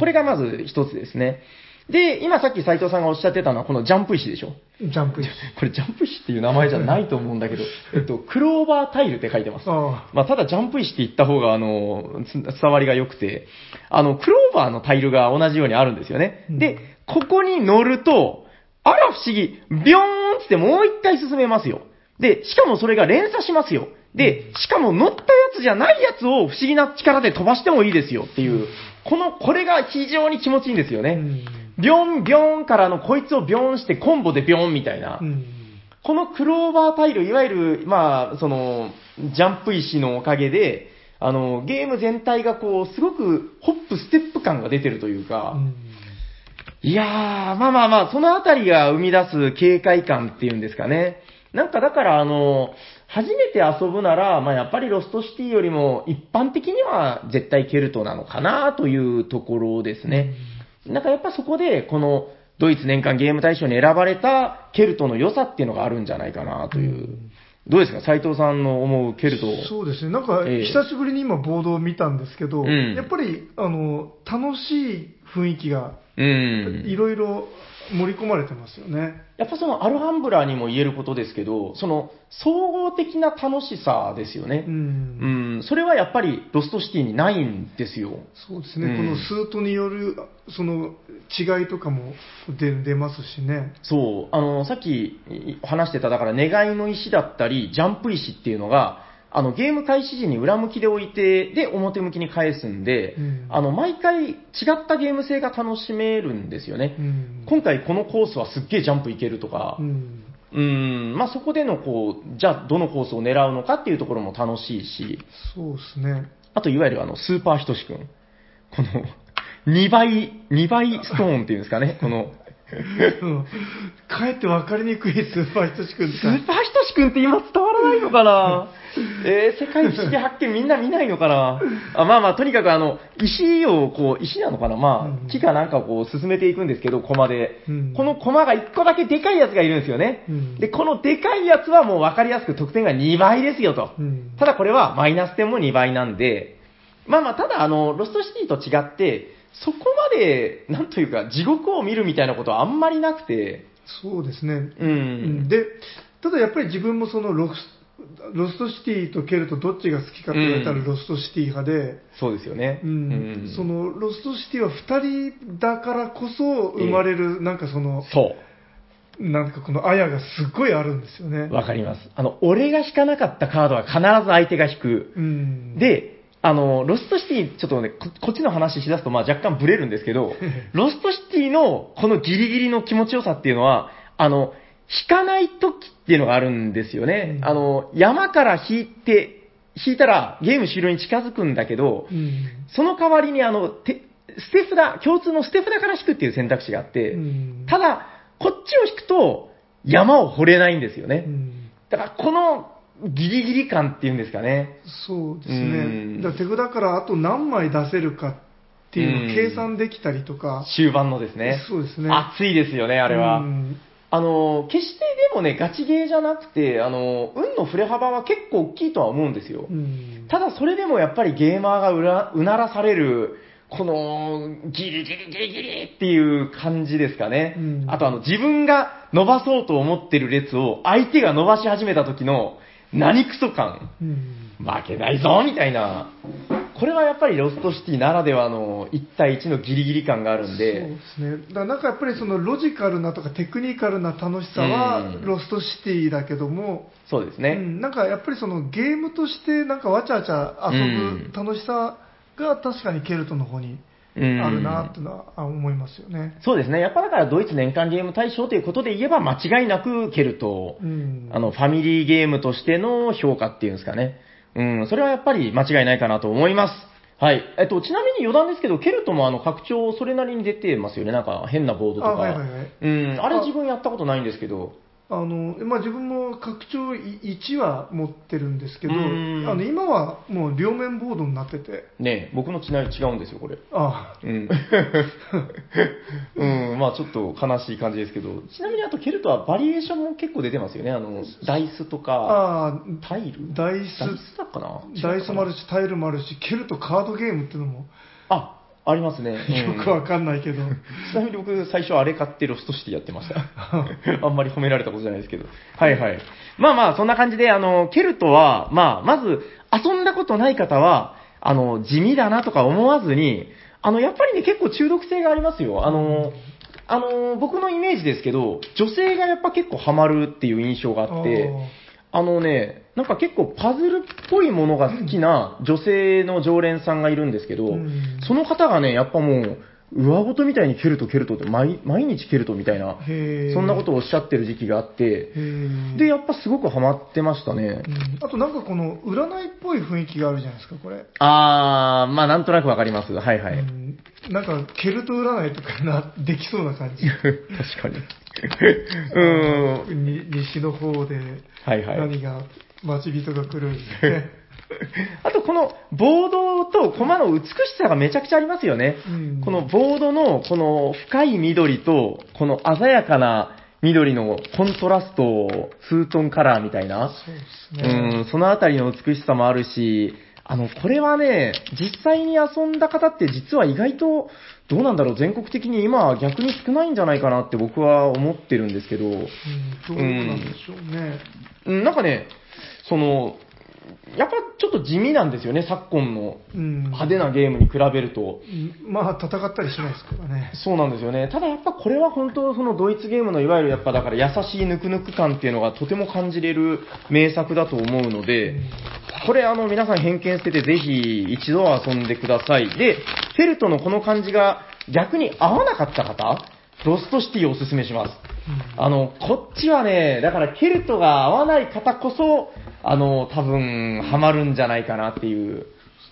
これがまず一つですね。で、今さっき斉藤さんがおっしゃってたのはこのジャンプ石でしょ。ジャンプ石。これジャンプ石っていう名前じゃないと思うんだけど、 えっと、クローバータイルって書いてます。あまあ、ただジャンプ石って言った方が、あの、つ伝わりが良くて、あの、クローバーのタイルが同じようにあるんですよね。うんで、ここに乗ると、あら不思議、ビョーンつってもう一回進めますよ。で、しかもそれが連鎖しますよ。で、しかも乗ったやつじゃないやつを不思議な力で飛ばしてもいいですよっていう、この、これが非常に気持ちいいんですあ。ようね。ん。ビョンビョンからのこいつをビョンしてコンボでビョンみたいな。うん。。このクローバータイル、いわゆる、まあ、その、ジャンプ石のおかげで、あの、ゲーム全体がこう、すごく、ホップ、ステップ感が出てるというか、いやー、まあまあまあ、そのあたりが生み出す警戒感っていうんですかね。なんかだから、あの、初めて遊ぶなら、まあやっぱりロストシティよりも一般的には絶対ケルトなのかなというところですね。なんかやっぱそこで、このドイツ年間ゲーム大賞に選ばれたケルトの良さっていうのがあるんじゃないかなといううんどうですか斉藤さんの思うケルト。そうですね、なんかええ久しぶりに今、ボードを見たんですけど、うんやっぱりあの楽しい雰囲気がうん。いろいろ盛り込まれてますよね。やっぱそのアルハンブラにも言えることですけど、その総合的な楽しさですよねう。。うんん、それはやっぱりロストシティにないんですよ。そうですね、うんこのスートによるその違いとかも出出ますしね。そう、あの、さっきい話してた、だから願いの石だったり、ジャンプ石っていうのが、あの、ゲーム開始時に裏向きで置いて、で、表向きに返すんで、うんあの、毎回違ったゲーム性が楽しめるんですよねう。ん。今回このコースはすっげえジャンプいけるとかう、ん。うん、まあそこでのこう、じゃあどのコースを狙うのかっていうところも楽しいし、そうですね。あといわゆるあの、スーパーひとしくん。この、2倍、2倍ストーンっていうんですかね、この、うんかえって分かりにくいスーパーひとしくんスーパーひとしくんって今伝わらないのかな えー、世界不思議発見みんな見ないのかなあまあまあ、とにかくあの、石をこう、石なのかなまうんあ、木かなんかをこう進めていくんですけど、駒で。うんこの駒が1個だけでかいやつがいるんですよね。うんで、このでかいやつはもう分かりやすく得点が2倍ですよと。うんただこれはマイナス点も2倍なんで、まあまあ、ただあの、ロストシティと違って、そこまで、なんというか、地獄を見るみたいなことはあんまりなくて、そうですね。うん。で、ただやっぱり自分もそのロスロストシティとケルトどっちが好きかって言われたうらんロストシティ派で、そうですよね。うんうんそのロストシティは2人だからこそ生まれる、なんかその、そなんかこのあやがすっごいあるんですよねう。。わかります。あの、俺が引かなかったカードは必ず相手が引く。うん、で、あの、ロストシティ、ちょっとね、ここっちの話しだすと、まあ若干ブレるんです けど、ロストシティのこのギリギリの気持ちよさっていうのは、あの、引かない時っていうのがあるんですよね。うんあの、山から引いて、引いたらゲーム終了に近づくんだけど、うんその代わりにあの、て捨て札、共通の捨て札から引くっていう選択肢があって、うんただ、こっちを引くと、山を掘れないんですようね。んだから、このギリギリ感っていうんですかね。そうですうねん。だから手札からあと何枚出せるかっていうのをうん計算できたりとか、終盤のですね。そうですね。熱いですよね、あれは。うんあの、決してでもね、ガチゲーじゃなくて、あの、運の振れ幅は結構大きいとは思うんですよう。んただ、それでもやっぱりゲーマーがうらうならされる、この、ギリギリギリギリっていう感じですかね。うんあと、あの、自分が伸ばそうと思ってる列を、相手が伸ばし始めた時の、何クソ感。うん負けないぞみたいな、これはやっぱりロストシティならではの1対1のギリギリ感があるんそうでで、すね。だからなんかやっぱりそのロジカルなとかテクニカルな楽しさはうんロストシティだけども、そうですうね。ん、なんかやっぱりそのゲームとしてなんかわちゃわちゃ遊うんぶ楽しさが確かにケルトの方にうんあるなっていうのはあ思いますよね。そうですね、やっぱだからドイツ年間ゲーム大賞ということで言えば、間違いなくケルト、うん。あのファミリーゲームとしての評価っていうんですかね、うん、それはやっぱり間違いないかなと思います。はいえっと、ちなみに余談ですけど、ケルトもあの拡張、それなりに出てますよね、なんか変なボードとか、あはいはいはいうん、あれ、自分やったことないんですけど、あのまあ、自分も拡張1は持ってるんですけど、あうんの今はもう両面ボードになってて、ねえ、僕のちなみに違うんですよ、これ。あ うん、うん、まあちょっと悲しい感じですけど、ちなみにあとケルトはバリエーションも結構出てますよね、あのダイスとか、あタイルダイダイス、スだっかなダイスもあるし。し、タイルもあるし、ケルトカードゲームっていうのもあ、ありますね。うんよくわかんないけど、ちなみに僕、最初あれ買ってロストシティやってま した。あんまり褒められたことじゃないですけど。はいはい。まあまあ、そんな感じで、あの、ケルトは、まあ、まず、遊んだことない方は、あの、地味だなとか思わずに、あの、やっぱりね、結構中毒性がありますよ。あの、あの、僕のイメージですけど、女性がやっぱ結構ハマるっていう印象があって、あのね、なんか結構パズルっぽいものが好きな女性の常連さんがいるんですけど、うんその方がね、やっぱもう、上ごとみたいに蹴ると蹴るとって、毎毎日蹴るとみたいな、そそんなことをおっしゃってる時期があって、で、で、やっぱすごくハマってましたね。うんあとなんかこの占いっぽい雰囲気があるじゃないですか、これ。あー、まあなんとなくわかります。はいはうい。んなんかケルト占いとかなできそうな感じ。 確かに。 うーん。に西の方ではいはい。何が待ち人が来るんで、 ねあとこのボードと駒の美しさがめちゃくちゃありますよね。うんこのボードのこの深い緑と、この鮮やかな緑のコントラスト、ツートンカラーみたいな、そうですうね。ん、そのあたりの美しさもあるし、あの、これはね、実際に遊んだ方って実は意外と、どうなんだろう、全国的に今は逆に少ないんじゃないかなって僕は思ってるんですけど、うん、どうなんでしょうね。うんなんかね、その、やっぱちょっと地味なんですよね、昨今のうん。派手なゲームに比べると。うんまあ、戦ったりしないですからね。そうなんですよね。ただやっぱこれは本当そのドイツゲームのいわゆるやっぱだから優しいぬくぬく感っていうのがとても感じれる名作だと思うので、これあの皆さん偏見捨ててぜひ一度は遊んでください。で、フェルトのこの感じが逆に合わなかった方、ロストシティをおすすめします。あの、こっちはね、だからケルトが合わない方こそ、あの、多分ハマるんじゃないかなっていう。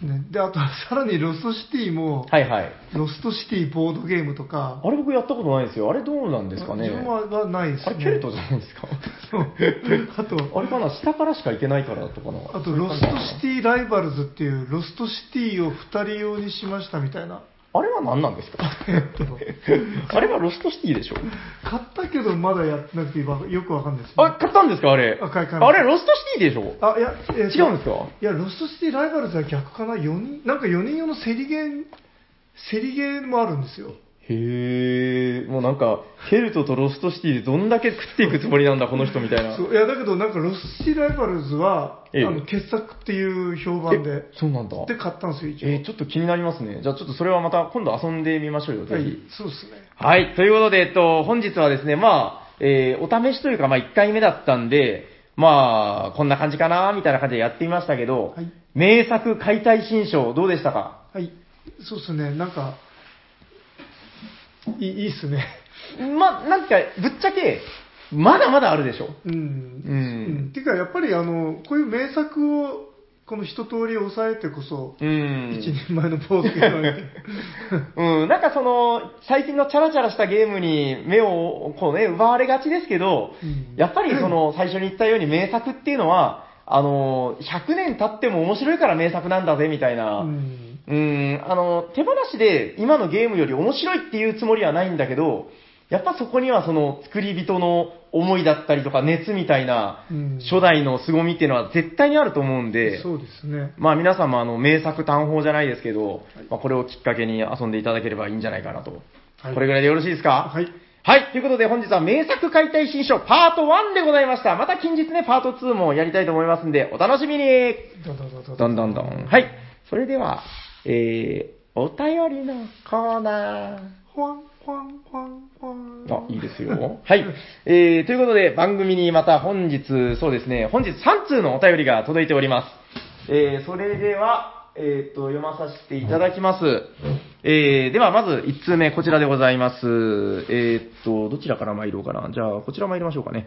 うんねで、あと、 さらにロストシティも、はいはい。ロストシティボードゲームとか、あれ僕やったことないですよ。あれどうなんですかね。自分ははないです、あね。れケルトじゃないですか。そう あと、あれかな、下からしか行けないからとかな。あと、ロストシティライバルズっていう、ロストシティを2人用にしましたみたいな。あれは何なんですか あれはロストシティでしょ買ったけど、まだやってなくて、今よくわかんないです、あ、買ったんですかあれ。あ買い買いあれ、ロストシティでしょあ、いや、えーと違うんですかいや、ロストシティライバルズは逆かな ?4 人、なんか4人用のセリゲー、セリゲーもあるんですよ。へえ、もうなんか、ケルトとロストシティでどんだけ食っていくつもりなんだ、この人みたいな。そういや、だけどなんかロストシティライバルズは、ええあの、傑作っていう評判でえ、そうなんだ。で買ったんですよ、一応。えーちょっと気になりますね。じゃあちょっとそれはまた今度遊んでみましょうよ、ぜはいひ。、そうですね。はい。ということで、えっと、本日はですね、まあ、えーお試しというか、まあ、1回目だったんで、まあ、こんな感じかな、みたいな感じでやってみましたけど、はい名作解体新章、どうでしたかはい、そうですね、なんか、いいいっすね。まあ、なんか、ぶっちゃけ、まだまだあるでしょ。うん。ううんん。ていうか、やっぱりあの、こういう名作を、この一通り抑えてこそ、うん。一人前のポーズが言わ れてうん、なんかその、最近のチャラチャラしたゲームに目をこうね、奪われがちですけど、うんやっぱりその、最初に言ったように名作っていうのは、あの、100年経っても面白いから名作なんだぜ、みたいな。ううん、ん。あの、手放しで今のゲームより面白いっていうつもりはないんだけど、やっぱそこにはその、作り人の思いだったりとか熱みたいな、うん初代の凄みっていうのは絶対にあると思うんで、そうですね。まあ皆さんもあの名作単宝じゃないですけど、まあこれをきっかけに遊んでいただければいいんじゃないかなと。はいこれぐらいでよろしいですかはい。はい。ということで本日は名作解体新書パート1でございました。また近日ね、パート2もやりたいと思いますんで、お楽しみにどんどんどんどんどんどんどん。はい。それでは、えー、お便りのコーナー。ほわんほわんほわんほわん。あ、いいですよ。はい。えー、ということで、番組にまた本日、そうですね、本日3通のお便りが届いております。えー、それでは、えー、っと、読まさせていただきます。えー、では、まず1通目、こちらでございます。えー、っと、どちらから参ろうかな。じゃあ、こちら参りましょうかね。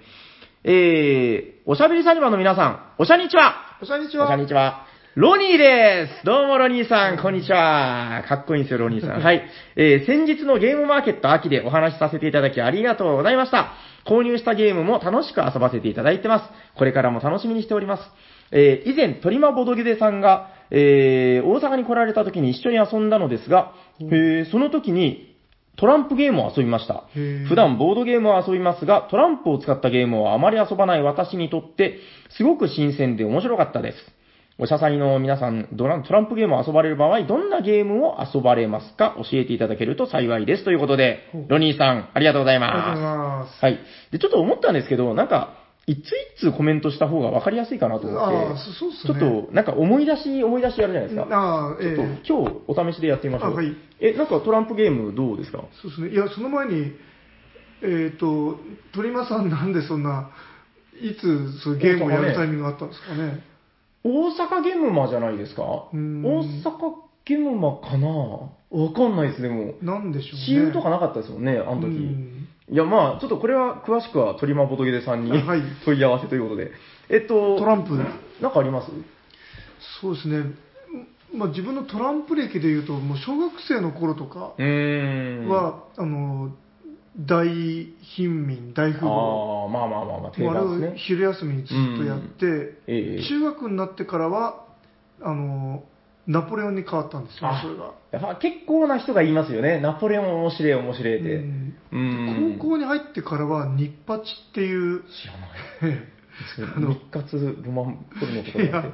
えー、おしゃべりサニバの皆さん、おしゃにちはおしゃにちおは。しゃにちは。ロニーですどうもロニーさん、こんにちはかっこいいんですよ、ロニーさん。はい。えー、先日のゲームマーケット秋でお話しさせていただきありがとうございました。購入したゲームも楽しく遊ばせていただいてます。これからも楽しみにしております。えー、以前、トリマボドゲデさんが、えー、大阪に来られた時に一緒に遊んだのですが、えー、その時に、トランプゲームを遊びました。へー普段ボードゲームは遊びますが、トランプを使ったゲームはあまり遊ばない私にとって、すごく新鮮で面白かったです。おしゃさりの皆さん、ドラントランプゲームを遊ばれる場合、どんなゲームを遊ばれますか教えていただけると幸いです。ということでほう、ロニーさん、ありがとうございありがとうございまます。す。はい。で、ちょっと思ったんですけど、なんか、一通一通コメントした方が分かりやすいかなと思って、あーそそうっすちねょっと、なんか思い出し、思い出しやるじゃないですか。あーえちょっーと今日お試しでやってみましょう。あはいえ、なんかトランプゲームどうですかそうですね、いや、その前に、えっ、と、鳥間さん、なんでそんな、いつそういうゲームをやるタイミングがあったんですかね。大阪ゲムマじゃないですか大うん阪ゲムマかなわかんないです、でも。なんでしょうね。チームとかなかったですもんね、あのう時。んいや、まあ、ちょっとこれは詳しくは鳥間ボトゲデさんにはい問い合わせということで。えっと、トランプ、なんかありますそうですね、まあ、自分のトランプ歴でいうと、もう小学生の頃とかうーん。あは、あの大貧民、大富豪、あ、まあまあまあまあ、定もうあれ番でをすね。昼休みにずっとやって、ええ中学になってからはあの、ナポレオンに変わったんですよ、あそれが。やっぱ結構な人が言いますよね。ナポレオン面白い面白いって。うんうん。高校に入ってからは、ニッパチっていう、知らない。日活ロマンポルノとかいやっや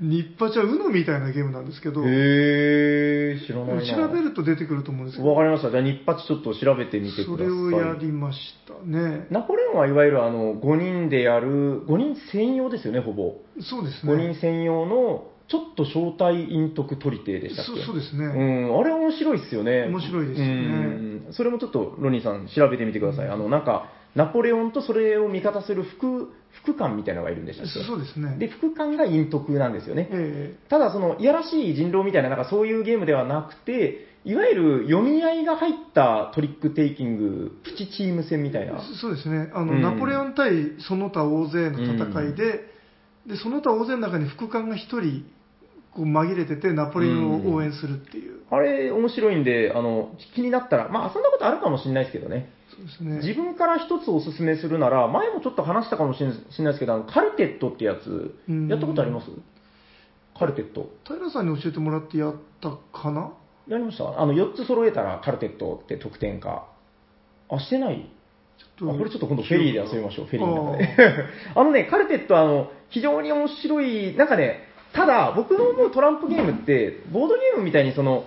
日八は UNO みたいなゲームなんですけど、て。へー、知らないな。調べると出てくると思うんですけどわかりました。じゃあ、日発ちょっと調べてみてください。それをやりましたねナポレオンはいわゆるあの5人でやる、5人専用ですよね、ほぼ。そうですね5人専用の、ちょっと招待陰徳取り手でしたっそけそうですね、うん、あれ面白いっすよね。面白いですよねうん。それもちょっとロニーさん調べてみてください。あの、なんか、ナポレオンとそれを味方する副、副官みたいなのがいるんでしたっそうですねけで、副官が陰徳なんですよね。えただ、その、いやらしい人狼みたいな、なんかそういうゲームではなくて、いわゆる読み合いが入ったトリックテイキング、プチチーム戦みたいえな。そうですねあの、うんナポレオン対その他大勢の戦いで,、でその他大勢の中に副官が1人こう紛れててナポレオンを応援するっていう、あれ、面白いんで、あの、気になったら、まあ、そんなことあるかもしれないですけどね。そうですね自分から一つおすすめするなら、前もちょっと話したかもしれないですけど、あのカルテットってやつうん、やったことありますカルテット。平さんに教えてもらってやったかなやりましたあの、4つ揃えたらカルテットって得点か。あ、してないちょあこれちょっと今度フェリーで遊びましょう、フェリーの中であ。あのね、カルテットはあの非常に面白い、なんかね、ただ僕の思うトランプゲームって、ボードゲームみたいにその、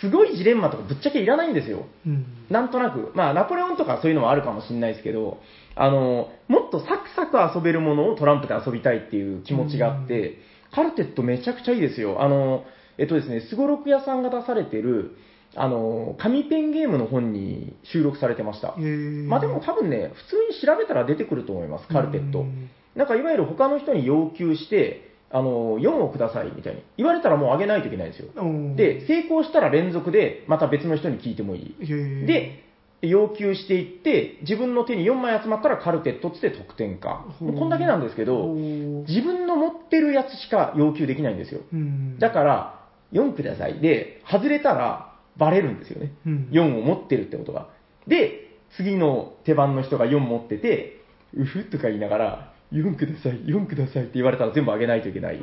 すごいジレンマとかぶっちゃけいらないんですよ。うん なんとなく、まあ、ナポレオンとかそういうのはあるかもしれないですけど、あの、もっとサクサク遊べるものをトランプで遊びたいっていう気持ちがあって、カルテットめちゃくちゃいいですよ。あの、えっとですね、スゴロク屋さんが出されてる、あの、紙ペンゲームの本に収録されてましたえ。ーまあでも多分ね、普通に調べたら出てくると思います、カルテッうト。んなんかいわゆる他の人に要求して、あの、4をくださいみたいに言われたらもうあげないといけないんですよ。おーで、成功したら連続で、また別の人に聞いてもいい。えーで、要求していって、自分の手に4枚集まったらカルテットっつって得点か。ほうこんだけなんですけおど、ー自分の持ってるやつしか要求できないんですよ。うんだから、4ください。で、外れたらバレるんですよね。うん4を持ってるってことが。で、次の手番の人が4持ってて、うふとか言いながら、4ください、4くださいって言われたら全部あげないといけない。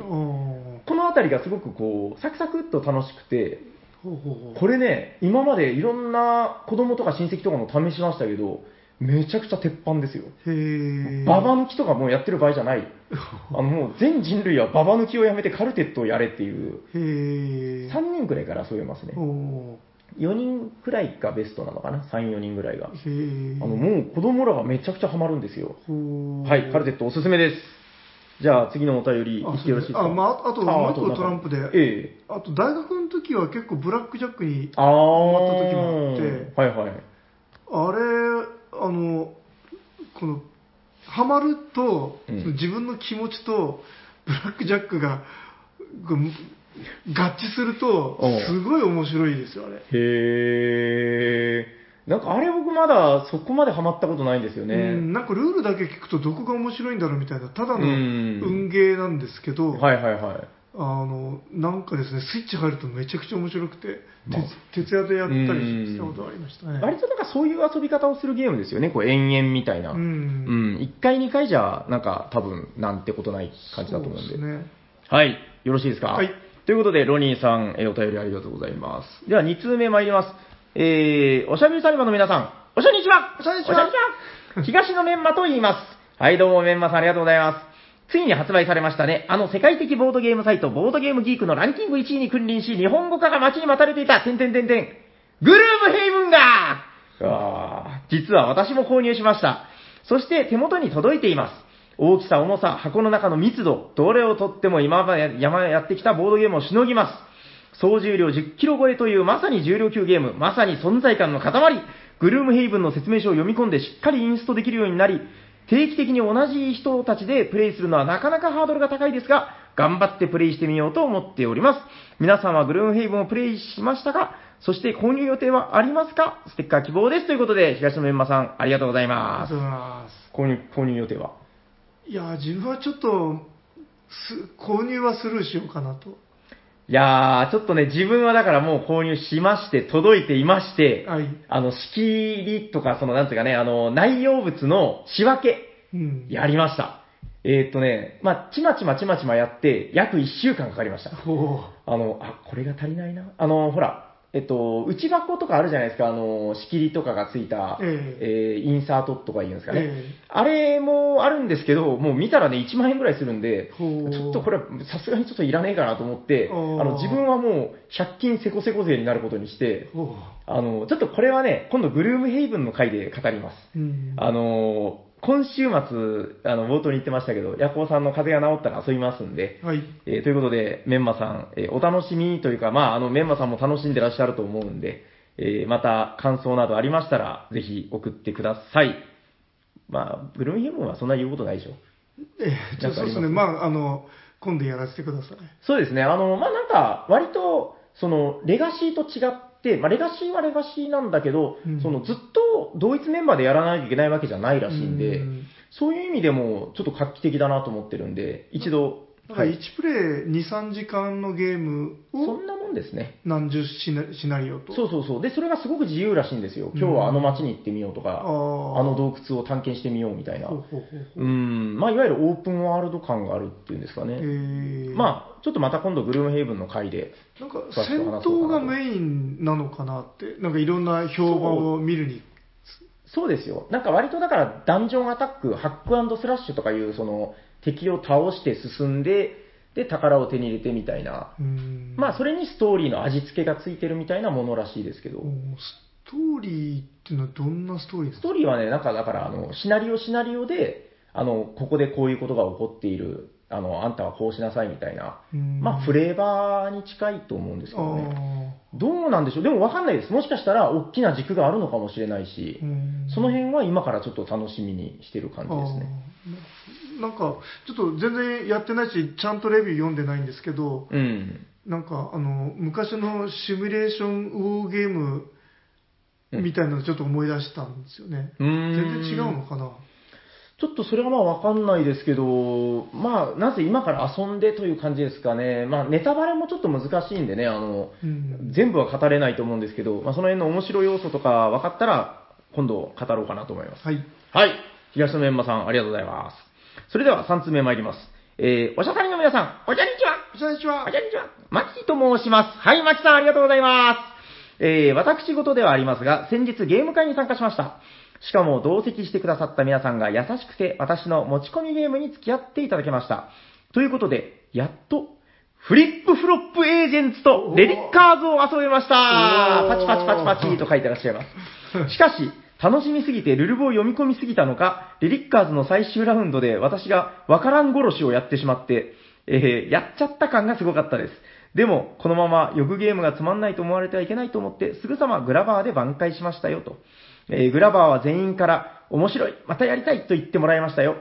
おーこのあたりがすごくこう、サクサクっと楽しくて、ほうほうほうこれね、今までいろんな子供とか親戚とかも試しましたけど、めちゃくちゃ鉄板ですよ。へーババ抜きとかもうやってる場合じ ゃない。あのもう全人類はババ抜きをやめてカルテットをやれっていう、へー3人くらいから遊べますね。おー4人くらいがベストなのかな、3、4人ぐらいが。へーあのもう子供らがめちゃくちゃハマるんですよ。ほーはい、カルテットおすすめです。じゃあ次のお便り、行あってよろしいですかあ、まあ、あと、もう一個トランプで、ええ。あと、大学の時は結構ブラックジャックに、ああ。った時もあってはいはい。あれ、あの、この、ハマると、うんその自分の気持ちと、ブラックジャックが、こう合致するとおう、すごい面白いですよ、あれ。へー。なんかあれ僕まだそこまでハマったことないんですよね。うんなんかルールだけ聞くとどこが面白いんだろうみたいなただのうん運ゲーなんですけど、はいはいはい。あのなんかですねスイッチ入るとめちゃくちゃ面白くて、まあ徹徹夜でやったりうんしたことありましたね割となんかそういう遊び方をするゲームですよね。こう延々みたいな。ううん。ん、 1回2回じゃなんか多分なんてことない感じだと思うんで。そうですねはい。よろしいですかはい。ということで、ロニーさん、えーお便りありがとうございます。では2通目参ります。えー、おしゃべりサニバの皆さん、おしゃにちはおしゃにちはおしゃにちは東のメンマと言います。はい、どうもメンマさんありがとうございます。ついに発売されましたね。あの世界的ボードゲームサイト、ボードゲームギークのランキング1位に君臨し、日本語化が待ちに待たれていた、てんてんてんてん。グルーブヘイブンがあー実は私も購入しました。そして手元に届いています。大きさ、重さ、箱の中の密度、どれをとっても今まで山やってきたボードゲームをしのぎます。総重量10キロ超えというまさに重量級ゲーム、まさに存在感の塊。グルームヘイブンの説明書を読み込んでしっかりインストできるようになり、定期的に同じ人たちでプレイするのはなかなかハードルが高いですが、頑張ってプレイしてみようと思っております。皆さんはグルームヘイブンをプレイしましたかそして購入予定はありますかステッカー希望です。ということで、東野メンマさん、ありがとうございありがまとすう。ございます購入、購入予定はいやー自分はちょっとす購入はスルーしようかなといやー、ちょっとね、自分はだからもう購入しまして、届いていまして、はい、あの、仕切りとか、その、なんていうかね、あの、内容物の仕分け、うん、やりました。えーっ、とね、まあ、ちまちまちまちまやって、約1週間かかりました。ほあの、あ、これが足りないな。あの、ほら、えっと、内箱とかあるじゃないですか、あの、仕切りとかがついた、ええーインサートとか言うんですかね、ええあれもあるんですけど、もう見たらね、1万円ぐらいするんで、ちほうょっとこれはさすがにちょっといらねえかなと思って、あおーの自分はもう100均せこせこ勢になることにして、ほあの、ちょっとこれはね、今度グルームヘイブンの回で語ります。う。うん。あのー今週末、あの、冒頭に言ってましたけど、ヤコウさんの風邪が治ったら遊びますんで、はい。えーということで、メンマさん、えーお楽しみというか、まあ、あの、メンマさんも楽しんでらっしゃると思うんで、えーまた感想などありましたら、ぜひ送ってください。まあ、ブルーンヘブンはそんな言うことないでしょ。えー、ちょなんかそあうでりますすね。まあ、あの、今度やらせてください。そうですね、あの、まあ、なんか、割と、その、レガシーと違って、まあ、レガシーはレガシーなんだけど、うんその、ずっと同一メンバーでやらないといけないわけじゃないらしいんで、うんそういう意味でも、ちょっと画期的だなと思ってるんで、一度、だからはい1プレイ2、3時間のゲームそをんなもんですね。何十シナシナリオと。そうそうそう。で、それがすごく自由らしいんですよ。今日はあの街に行ってみようとあか、ーあの洞窟を探検してみようみたいな。ほううほうほうほう。ん、まあ、いわゆるオープンワールド感があるっていうんですかえね。ー、まあ、ちょっとまた今度、グルームヘイブンの回で、なんか戦闘がメインなのかなって、なんかいろんな評判を見るに。そうですよ。なんか割とだから、ダンジョンアタック、ハックスラッシュとかいう、その、敵を倒して進んで、で、宝を手に入れてみたいな。うんまあ、それにストーリーの味付けがついてるみたいなものらしいですけどお。ーストーリーっていうのはどんなストーリーでスすトかーリーはね、なんかだから、あの、シナリオシナリオで、あの、ここでこういうことが起こっている、あの、あんたはこうしなさいみたいな、まあ、フレレーバーに近いと思うんですけどね。ーどうなんでしょうでもわかんないです。もしかしたら、大きな軸があるのかもしれないしう、んその辺は今からちょっと楽しみにしてる感じですね。あーなんか、ちょっと全然やってないし、ちゃんとレビュー読んでないんですけど、うん。なんか、あの、昔のシミュレーションウォーゲームみたいなのちょっと思い出したんですよね。うー全ん然違うのかな。ちょっとそれはまあわかんないですけど、まあ、なぜ今から遊んでという感じですかね。まあ、ネタバレもちょっと難しいんでね、あの、うん。全部は語れないと思うんですけど、まあ、その辺の面白い要素とか分かったら、今度語ろうかなと思います。はい。はい。東野メンマさん、ありがとうございます。それでは3つ目参ります。えー、おしゃさりの皆さん、おじゃにちはこんにちはおじ。ゃにちはマキと申します。はい、マキさん、ありがとうございます。えー、私事ではありますが、先日ゲーム会に参加しました。しかも同席してくださった皆さんが優しくて、私の持ち込みゲームに付き合っていただきました。ということで、やっと、フリップフロップエージェンツとレリッカーズを遊べましたおーパチパチパチパチと書いてらっしゃいます。しかし、楽しみすぎてルルブを読み込みすぎたのか、レリッカーズの最終ラウンドで私がわからん殺しをやってしまって、えーやっちゃった感がすごかったです。でも、このまま、よくゲームがつまんないと思われてはいけないと思って、すぐさまグラバーで挽回しましたよと。えーグラバーは全員から、面白いまたやりたいと言ってもらいましたよ。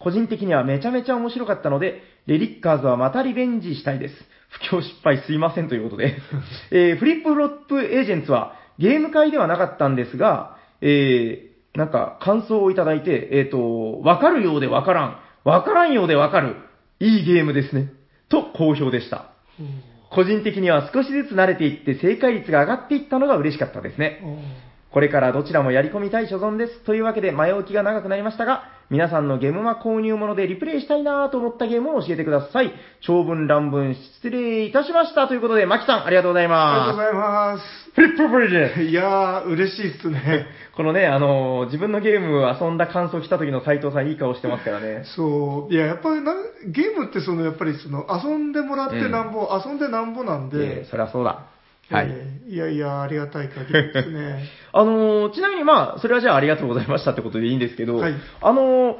個人的にはめちゃめちゃ面白かったので、レリッカーズはまたリベンジしたいです。不況失敗すいませんということで。えーフリップフロップエージェンツはゲーム会ではなかったんですが、えーなんか感想をいただいて、えっ、と、わかるようでわからん、わからんようでわかる、いいゲームですね、と好評でした。うん個人的には少しずつ慣れていって正解率が上がっていったのが嬉しかったですね。これからどちらもやり込みたい所存です。というわけで前置きが長くなりましたが、皆さんのゲームは購入物でリプレイしたいなぁと思ったゲームを教えてください。長文乱文失礼いたしました。ということで、マキさんありがとうございありま。がとうございますフリッププレイですす。いやー、嬉しいっすね。このね、あのー自分のゲーム遊んだ感想来た時の斉藤さんいい顔してますからね。そう、いや、やっぱりなゲームってその、やっぱりその、遊んでもらってなんぼ、遊んでなんぼなんで、えーそりゃそうだ。はい。えーいやいや、ありがたい限りですね。あのーちなみにまあ、それはじゃあありがとうございましたってことでいいんですけど、はいあのー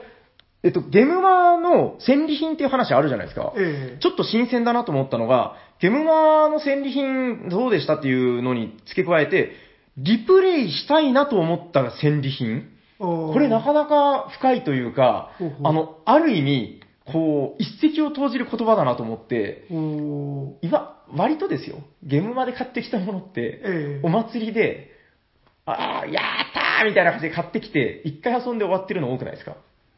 えっと、ゲムマの戦利品っていう話あるじゃないですか。ええちょっと新鮮だなと思ったのが、ゲムマの戦利品どうでしたっていうのに付け加えて、リプレイしたいなと思った戦利品ここれなかなか深いというかほうほ、うあの、ある意味、こう、一石を投じる言葉だなと思って、おー今、割とですよ、ゲムマで買ってきたものって、ええお祭りで、ああ、やったーみたいな感じで買ってきて、一回遊んで終わってるの多くないですか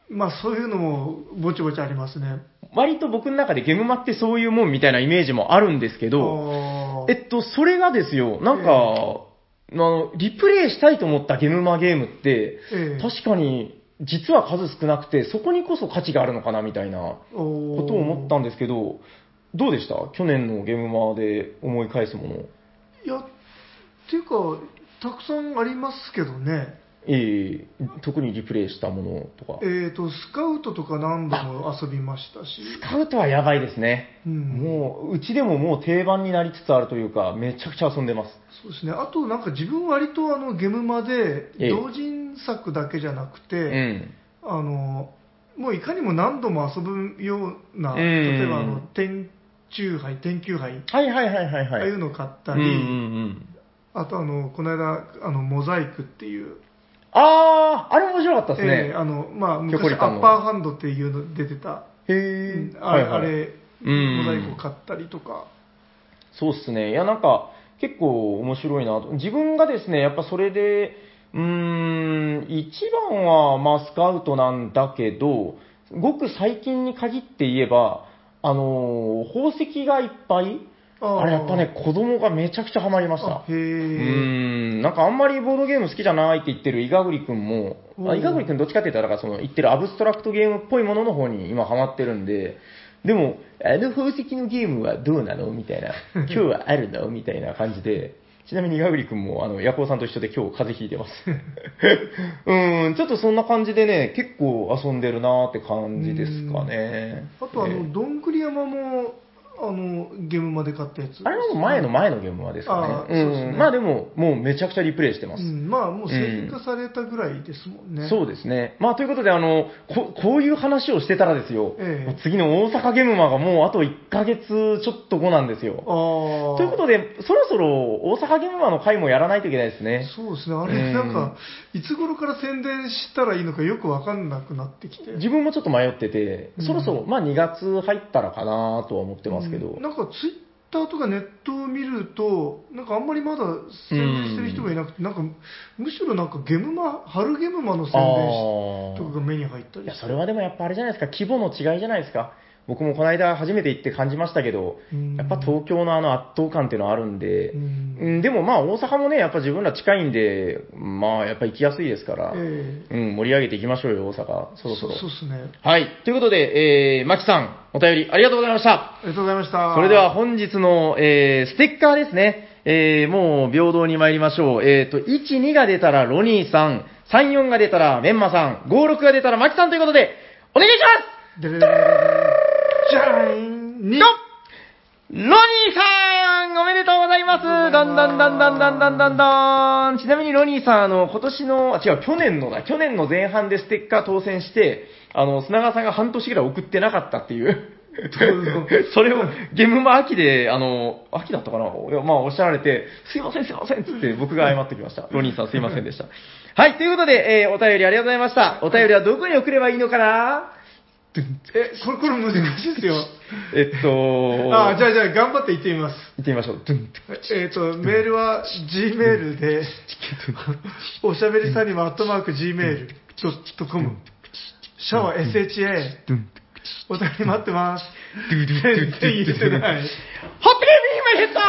まあそういうのもぼちぼちありますね。割と僕の中でゲムマってそういうもんみたいなイメージもあるんですけあど、ーえっと、それがですよ、なんか、あの、リプレイしたいと思ったゲムマゲームって、ええ確かに、実は数少なくて、そこにこそ価値があるのかなみたいなこことを思ったんですけど、どうでした去年のゲムマで思い返すもの。いや、ていうか、たくさんありますけどね。ええ特にリプレイしたものとか。えっ、と、スカウトとか何度も遊びましたし。スカウトはやばいですね。うんもう、うちでももう定番になりつつあるというか、めちゃくちゃ遊んでます。そうですね。あとなんか自分割とあのゲームまでええ同人作だけじゃなくて、うん。あの、もういかにも何度も遊ぶような、うん例えばあの、天中杯、天球杯、はいはいはいはいはい。ああいうのの買っうたんり、うんうん。あとあの、この間、あの、モザイクっていう、あー、あれ面白かったですえねえ。あの、まあ、ひょこ昔りアパンのッパーハンドっていうの出てた、へえ、あはれ、いはいあれうんモザイクを買ったりとか、そうっすね。いや、なんか、結構面白いなと。自分がですね、やっぱそれで、うーん、一番は、まあ、スカウトなんだけど、ごく最近に限って言えば、あのー宝石がいっぱい、ーあれやっぱね、子供がめちゃくちゃハマりましあた。へうーえ、ん、なんかあんまりボードゲーム好きじゃないって言ってる伊賀栗くんも、おあう伊賀栗くんどっちかって言ったら、なんかその言ってるアブストラクトゲームっぽいものの方に今ハマってるんで、でも、あの宝石のゲームはどうなのみたい な、今日はあるのみたいな感じで、ちなみに伊賀栗くんも、あの、ヤコウさんと一緒で今日風邪ひ いてます。うーん、ちょっとそんな感じでね、結構遊んでるなーって感じですかね。あとあえの、どんぐり山も、あの、ゲームまで買ったやつ。あれはもう前の前のゲームはですあかーね。そうですうねん。まあでも、もうめちゃくちゃリプレイしてますう。ん、まあもう製品化されたぐらいですもんね。そうですね。まあ、ということで、あの、ここういう話をしてたらですよ、ええもう次の大阪ゲームマがもうあと1ヶ月ちょっと後なんですよ。ああ。ということで、そろそろ大阪ゲームマの回もやらないといけないですね。そうですね。あうれ、んなんか、いつ頃から宣伝したらいいのかよくわかんなくなってきて。自分もちょっと迷っててう、んそろそろ、まあ2月入ったらかなとは思ってまうんすけど、なんかツイッターとかネットを見ると、なんかあんまりまだ宣伝してる人がいなくて、なんか、むしろなんかゲムマ、春ゲムマの宣伝しあーとかが目に入ったいりや、それはでもやっぱあれじゃないですか、規模の違いじゃないですか。僕もこの間初めて行って感じましたけど、やっぱ東京のあの圧倒感っていうのはあるんで、うんうん、でもまあ大阪もね、やっぱ自分ら近いんで、まあやっぱ行きやすいですから、ええうん、盛り上げていきましょうよ、大阪、そろそろ。そうですね。はい、ということで、えー、マキさん、お便りありがとうございました。ありがとうございました。それでは、本日の、えー、ステッカーですね。えー、もう平等に参りましょう。えーと、1、2が出たらロニーさん、3、4が出たらメンマさん、5、6が出たらマキさんということで、お願いしますでれれれれれじゃーんにロニーさんおめでとうございますありがどとうんござどいんますどんどんどんどんどんどんちなみにロニーさん、あの、今年の、あ、違う、去年のだ、去年の前半でステッカー当選して、あの、砂川さんが半年ぐらい送ってなかったっていう。どうぞ それを、ゲームマ秋で、あの、秋だったかないやまあ、おっしゃられて、すいません、すいません、つって僕が謝ってきました。ロニーさんすいませんでした。はい、ということで、えーお便りありがとうございました。お便りはどこに送ればいいのかなえ、これ、これ難しいですよ。えっと、あー、じゃあじゃあ頑張って行ってみます。行ってみましょう。ドゥンえっ、と、メールは Gmail で、おしゃべりさんにもアットマーク Gmail.com、シャワー SHA、ドゥンお便り待ってます。全然言えてない。ホットゲーム今ヘッド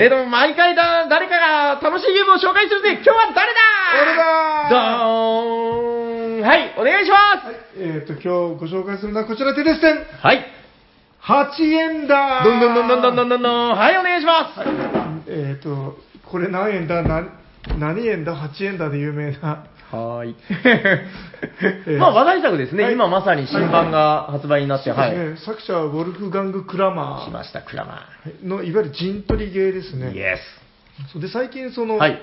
えーと、毎回だ、誰かが楽しいゲームを紹介するぜ今日は誰俺だだどーんはい、お願いしまはい、えっ、と、今日ご紹介するのはこちらテレステン、すはい。 8円だどんどんどんどんどんどんどんどんはい、お願いしますえっ、と、これ何円だな何円だ ?8 円だで有名な。 はーい。えーまあ、話題作ですね。はい今まさに新版が発売になって、はい。そうですね作者はウォルフガング・クラマー来ました、クラマの、いわゆる陣取りゲーですね。ー。イエそうで最近そス。の、はい。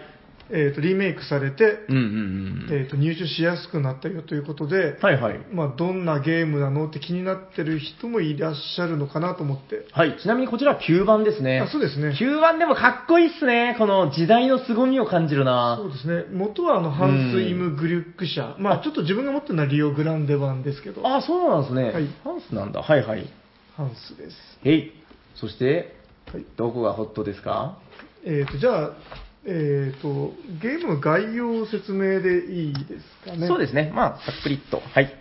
えー、とリメイクされて、うんうんうん。えー、と入手しやすくなったよということで、はいはい。まあ、どんなゲームなのって気になってる人もいらっしゃるのかなと思って、はい、ちなみにこちらは9番ですね。あそうですね9番でもかっこいいっすね。この時代の凄みを感じそうるな。ですね元はあのハンス・イム・グリュック社、まあ、ちょっと自分が持ってるのはリオ・グランデ版ですけど、あ、そうなんですね。はいハンスなんだ。はいはい。ハンスです。へい。そして、はいどこがホットですかえー、とじゃあ、えー、とゲームの概要を説明でいいですかね。そうですね。まあ、ざっくりっと。はい。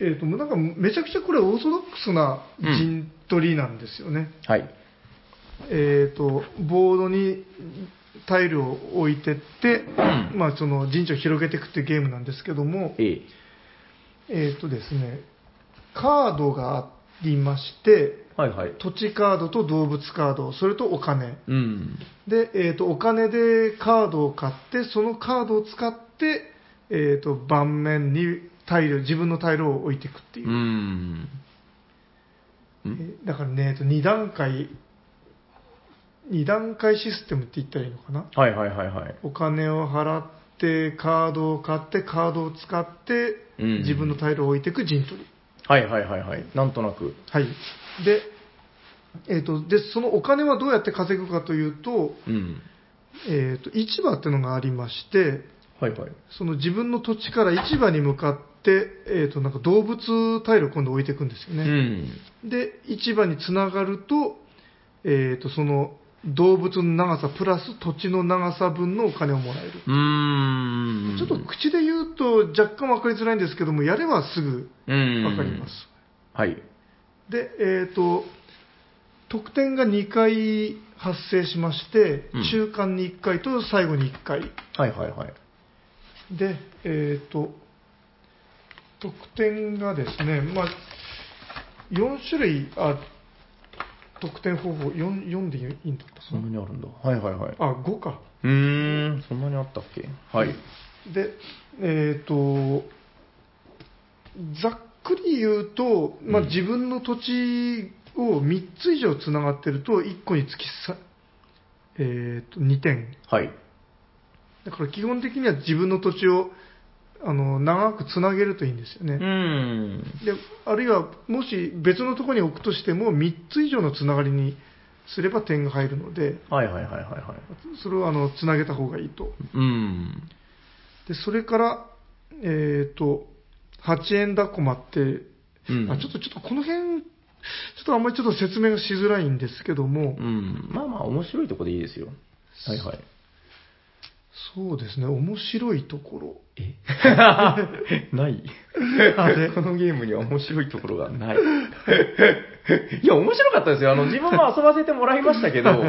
えー、ともうなんかめちゃくちゃこれオーソドックスな陣取りなんですよね。はい。えー、とボードにタイルを置いてって、まあ、その陣地を広げていくっていうゲームなんですけども、ええ。えーとですね、カードがあっりまして、はいはい。土地カードと動物カード、それとお金。うん。で、えー、とお金でカードを買ってそのカードを使って、えー、と盤面にタイル自分のタイルを置いていくってういう、ん。うんえーだからね、えー、と2段階2段階システムって言ったらいいのかなはいはいはいはい。お金を払ってカードを買ってカードを使ってうん自分のタイルを置いていく陣取り、はいはいはいはい。なんとなく。はいで,、えー、とでそのお金はどうやって稼ぐかというと,、うん。えー、と市場っていうのがありましてはいはい。その自分の土地から市場に向かって、えー、となんか動物タイルを今度置いていくんですようね、ん。で市場につながると,、えー、とその動物の長さプラス土地の長さ分のお金をもらえる、うーん。ちょっと口で言うと若干分かりづらいんですけどもやればすぐうん。分かります、。はい。でえー、と得点が2回発生しまして、う中ん間に1回と最後に1回、はいはいはい。で、えっ、と、得点がですね、まあ、4種類、あ、得点方法、4, 4でいいんだったそんなにあるんだ。はいはいはい。あ、5か。うーん。そんなにあったっけはい。で、えっ、と、ざっくり言うと、まあ、うん自分の土地を3つ以上つながってると、1個につきさ、えっ、と、2点。はい。だから基本的には自分の土地を、あの、長くつなげるといいんですよね。うん。であるいはもし別のところに置くとしても3つ以上のつながりにすれば点が入るのではいはいはいはいはい。それをあのつなげた方がいいとうん。でそれから、えー、と8円だこまって、うん。あちょっとちょっとこの辺ちょっとあんまりちょっと説明がしづらいんですけども、うん。まあまあ、面白いとこでいいですよ。はい はい。そうですね面白いところえない。このゲームには面白いところがない。 いや、面白かったですよ。あの、自分も遊ばせてもらいましたけど、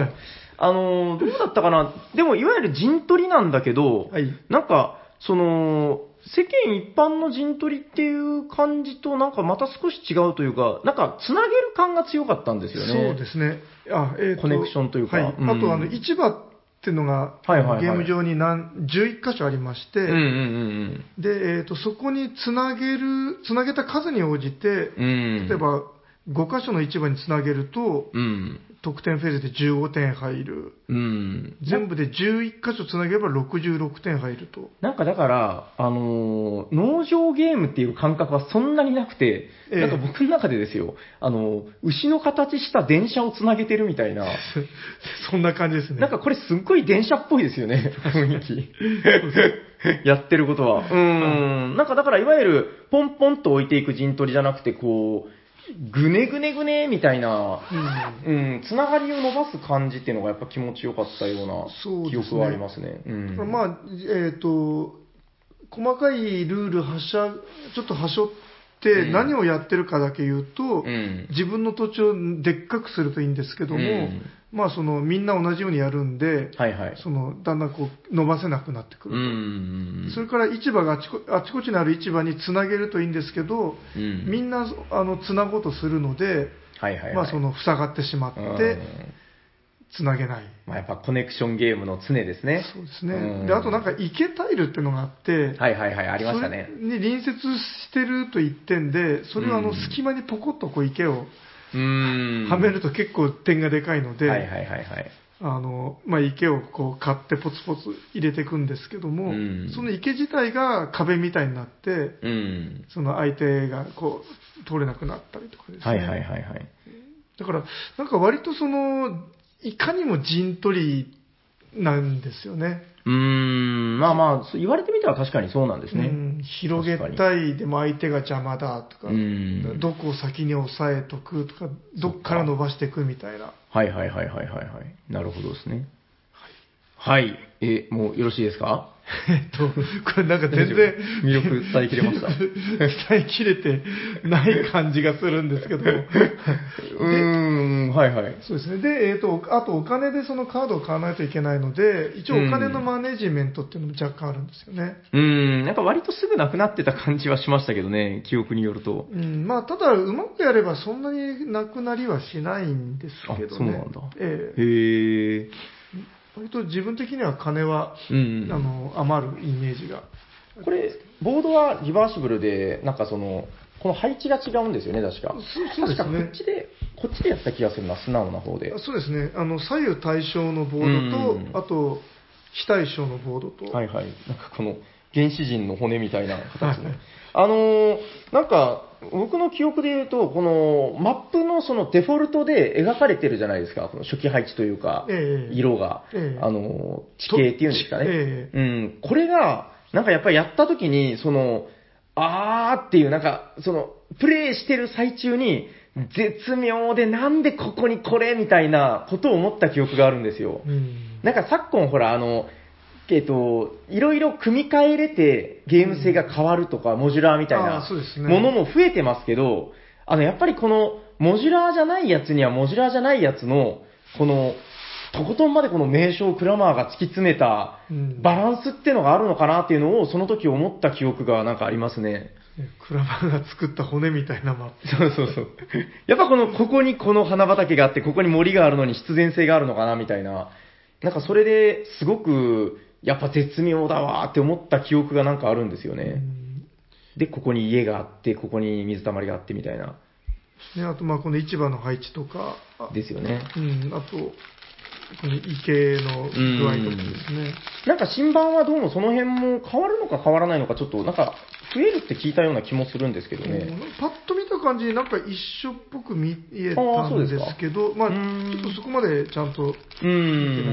あの、どうだったかな。でも、いわゆる陣取りなんだけど、はいなんか、その、世間一般の陣取りっていう感じとなんかまた少し違うというか、なんかつなげる感が強かったんですよね。そうですね。あ、えーとコネクションというかはいうんあと、あの、市場っていうのが、はいはいはいゲーム上に何、11箇所ありまして、うんうんで、えー、とそこにつなげるつなげた数に応じてうんうん。うん。例え、ば5箇所の市場につなげるとうん。得点フェーズで15点入るうん。全部で11箇所つなげれば66点入るとなんかだから、あのー農場ゲームっていう感覚はそんなになくて、ええなんか僕の中でですよ、あのー牛の形した電車をつなげてるみたいな、 そんな感じですねなんかこれすっごい電車っぽいですよね、雰囲気。やってることは。うーん。なんかだからいわゆる、ポンポンと置いていく陣取りじゃなくて、こう、ぐねぐねぐねみたいな、うんうん、つながりを伸ばす感じっていうのがやっぱ気持ちよかったようそうですな記ね憶はありますね。うん。まあえっ、と細かいルールはしゃちょっとはしょってうん何をやってるかだけ言うと、うん。自分の土地をでっかくするといいんですけども、うんまあそのみんな同じようにやるんで、はいはい。そのだんだんこう伸ばせなくなってくうる、ん。それから市場があちこあちこちにある市場につなげるといいんですけど、うんみんなあのつなごうとするので、はいはいはい。まあ、その塞がってしまっうんてつなげない、まあやっぱコネクションゲームの常ですね。そうですね、うんであとなんか池タイルっていうのがあって、はいはいはい、ありましたねそ。れに隣接してると一点でそれをあうのん隙間にポコッとこう池をうーん。はめると結構点がでかいので、はいはいはいはい。あのまあ、池をこう買ってポツポツ入れていくんですけども、うんその池自体が壁みたいになってうん。その相手がこう通れなくなったりとかですね、はいはいはいはい。だからなんか割とそのいかにも陣取りなんですよねうーん、まあまあ、そう言われてみたら確かにそうなんですうね。ん、広げたいでも相手が邪魔だとか、うんどこを先に押さえとくとかどっから伸ばしていくみた いな はいはいはいはいはいはい。なるほどですね。はい。え、もうよろしいですかえっと、これなんか全然魅力伝えきれま した 伝えきれてない感じがするんですけ ど。うーん、はいはい。そうですね。で、えっ、と、あとお金でそのカードを買わないといけないので、一応お金のマネジメントっていうのも若干あるんですよね。うーん、なんか割とすぐなくなってた感じはしましたけどね、記憶によると。うん、まあ、ただ、うまくやればそんなになくなりはしないんですけどね。あそうなんだええへえ。割と自分的には金は、うん。あの、余るイメージが。これ、ボードはリバーシブルで、なんかその、この配置が違うんですよね、確か。そそうですね確かこっちで、こっちでやった気がするな、素直な方で。そうですね。あの、左右対称のボードと、うんあと、非対称のボードと。はいはい。なんかこの、原始人の骨みたいな形のはい。あのーなんか、僕の記憶で言うと、この、マップのそのデフォルトで描かれてるじゃないですか、この初期配置というか、ええ色が、ええあのー地形っていうんですかね。とえうん、これが、なんかやっぱりやった時に、その、あーっていう、なんか、その、プレイしてる最中に、絶妙でなんでここにこれみたいなことを思った記憶があるんですよ。うん。なんか昨今ほら、あの、えっと、いろいろ組み替えれてゲーム性が変わるとか、モジュラーみたいあーなそうですねものも増えてますけど、あの、やっぱりこの、モジュラーじゃないやつにはモジュラーじゃないやつの、この、とことんまでこの名称クラマーが突き詰めたうんバランスってのがあるのかなっていうのを、その時思った記憶がなんかありますね。ねクラマーが作った骨みたいなマップ。そうそうそう。 やっぱこの、ここにこの花畑があって、ここに森があるのに必然性があるのかな、みたいな。なんかそれですごく、やっぱ絶妙だわーって思った記憶がなんかあるんですようね。んで、ここに家があって、ここに水たまりがあって、みたいな。ね、あと、まあ、この市場の配置とか、あですよね。うん、あと、この池の具合とかですね。なんか新版はどうもその辺も変わるのか変わらないのか、ちょっとなんか増えるって聞いたような気もするんですけどうんね。パッと見た感じ、なんか一緒っぽく見えたあーそうんでですかすけど、まあ、うちんょっとそこまでちゃんとう見てない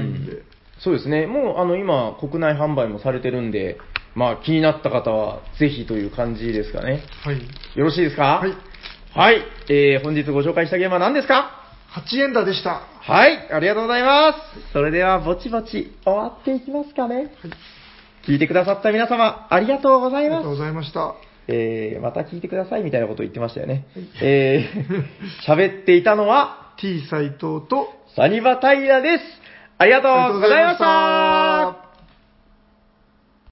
んんで。。そうですね、もうあの今、国内販売もされてるんで、まあ、気になった方はぜひという感じですかね。はい。よろしいですかはい。はい。えー、本日ご紹介したゲームは何ですか8円台でした。ははい。ありがとうございます。それでは、ぼちぼち終わっていきますかね。い。聞いてくださった皆様、ありがとうござあいりがまとうす。ございました。えー、また聞いてくださいみたいなこと言ってましたよね。えー、喋っていたのは、 T 斎藤と、サニバタイヤです。ありがとうございました。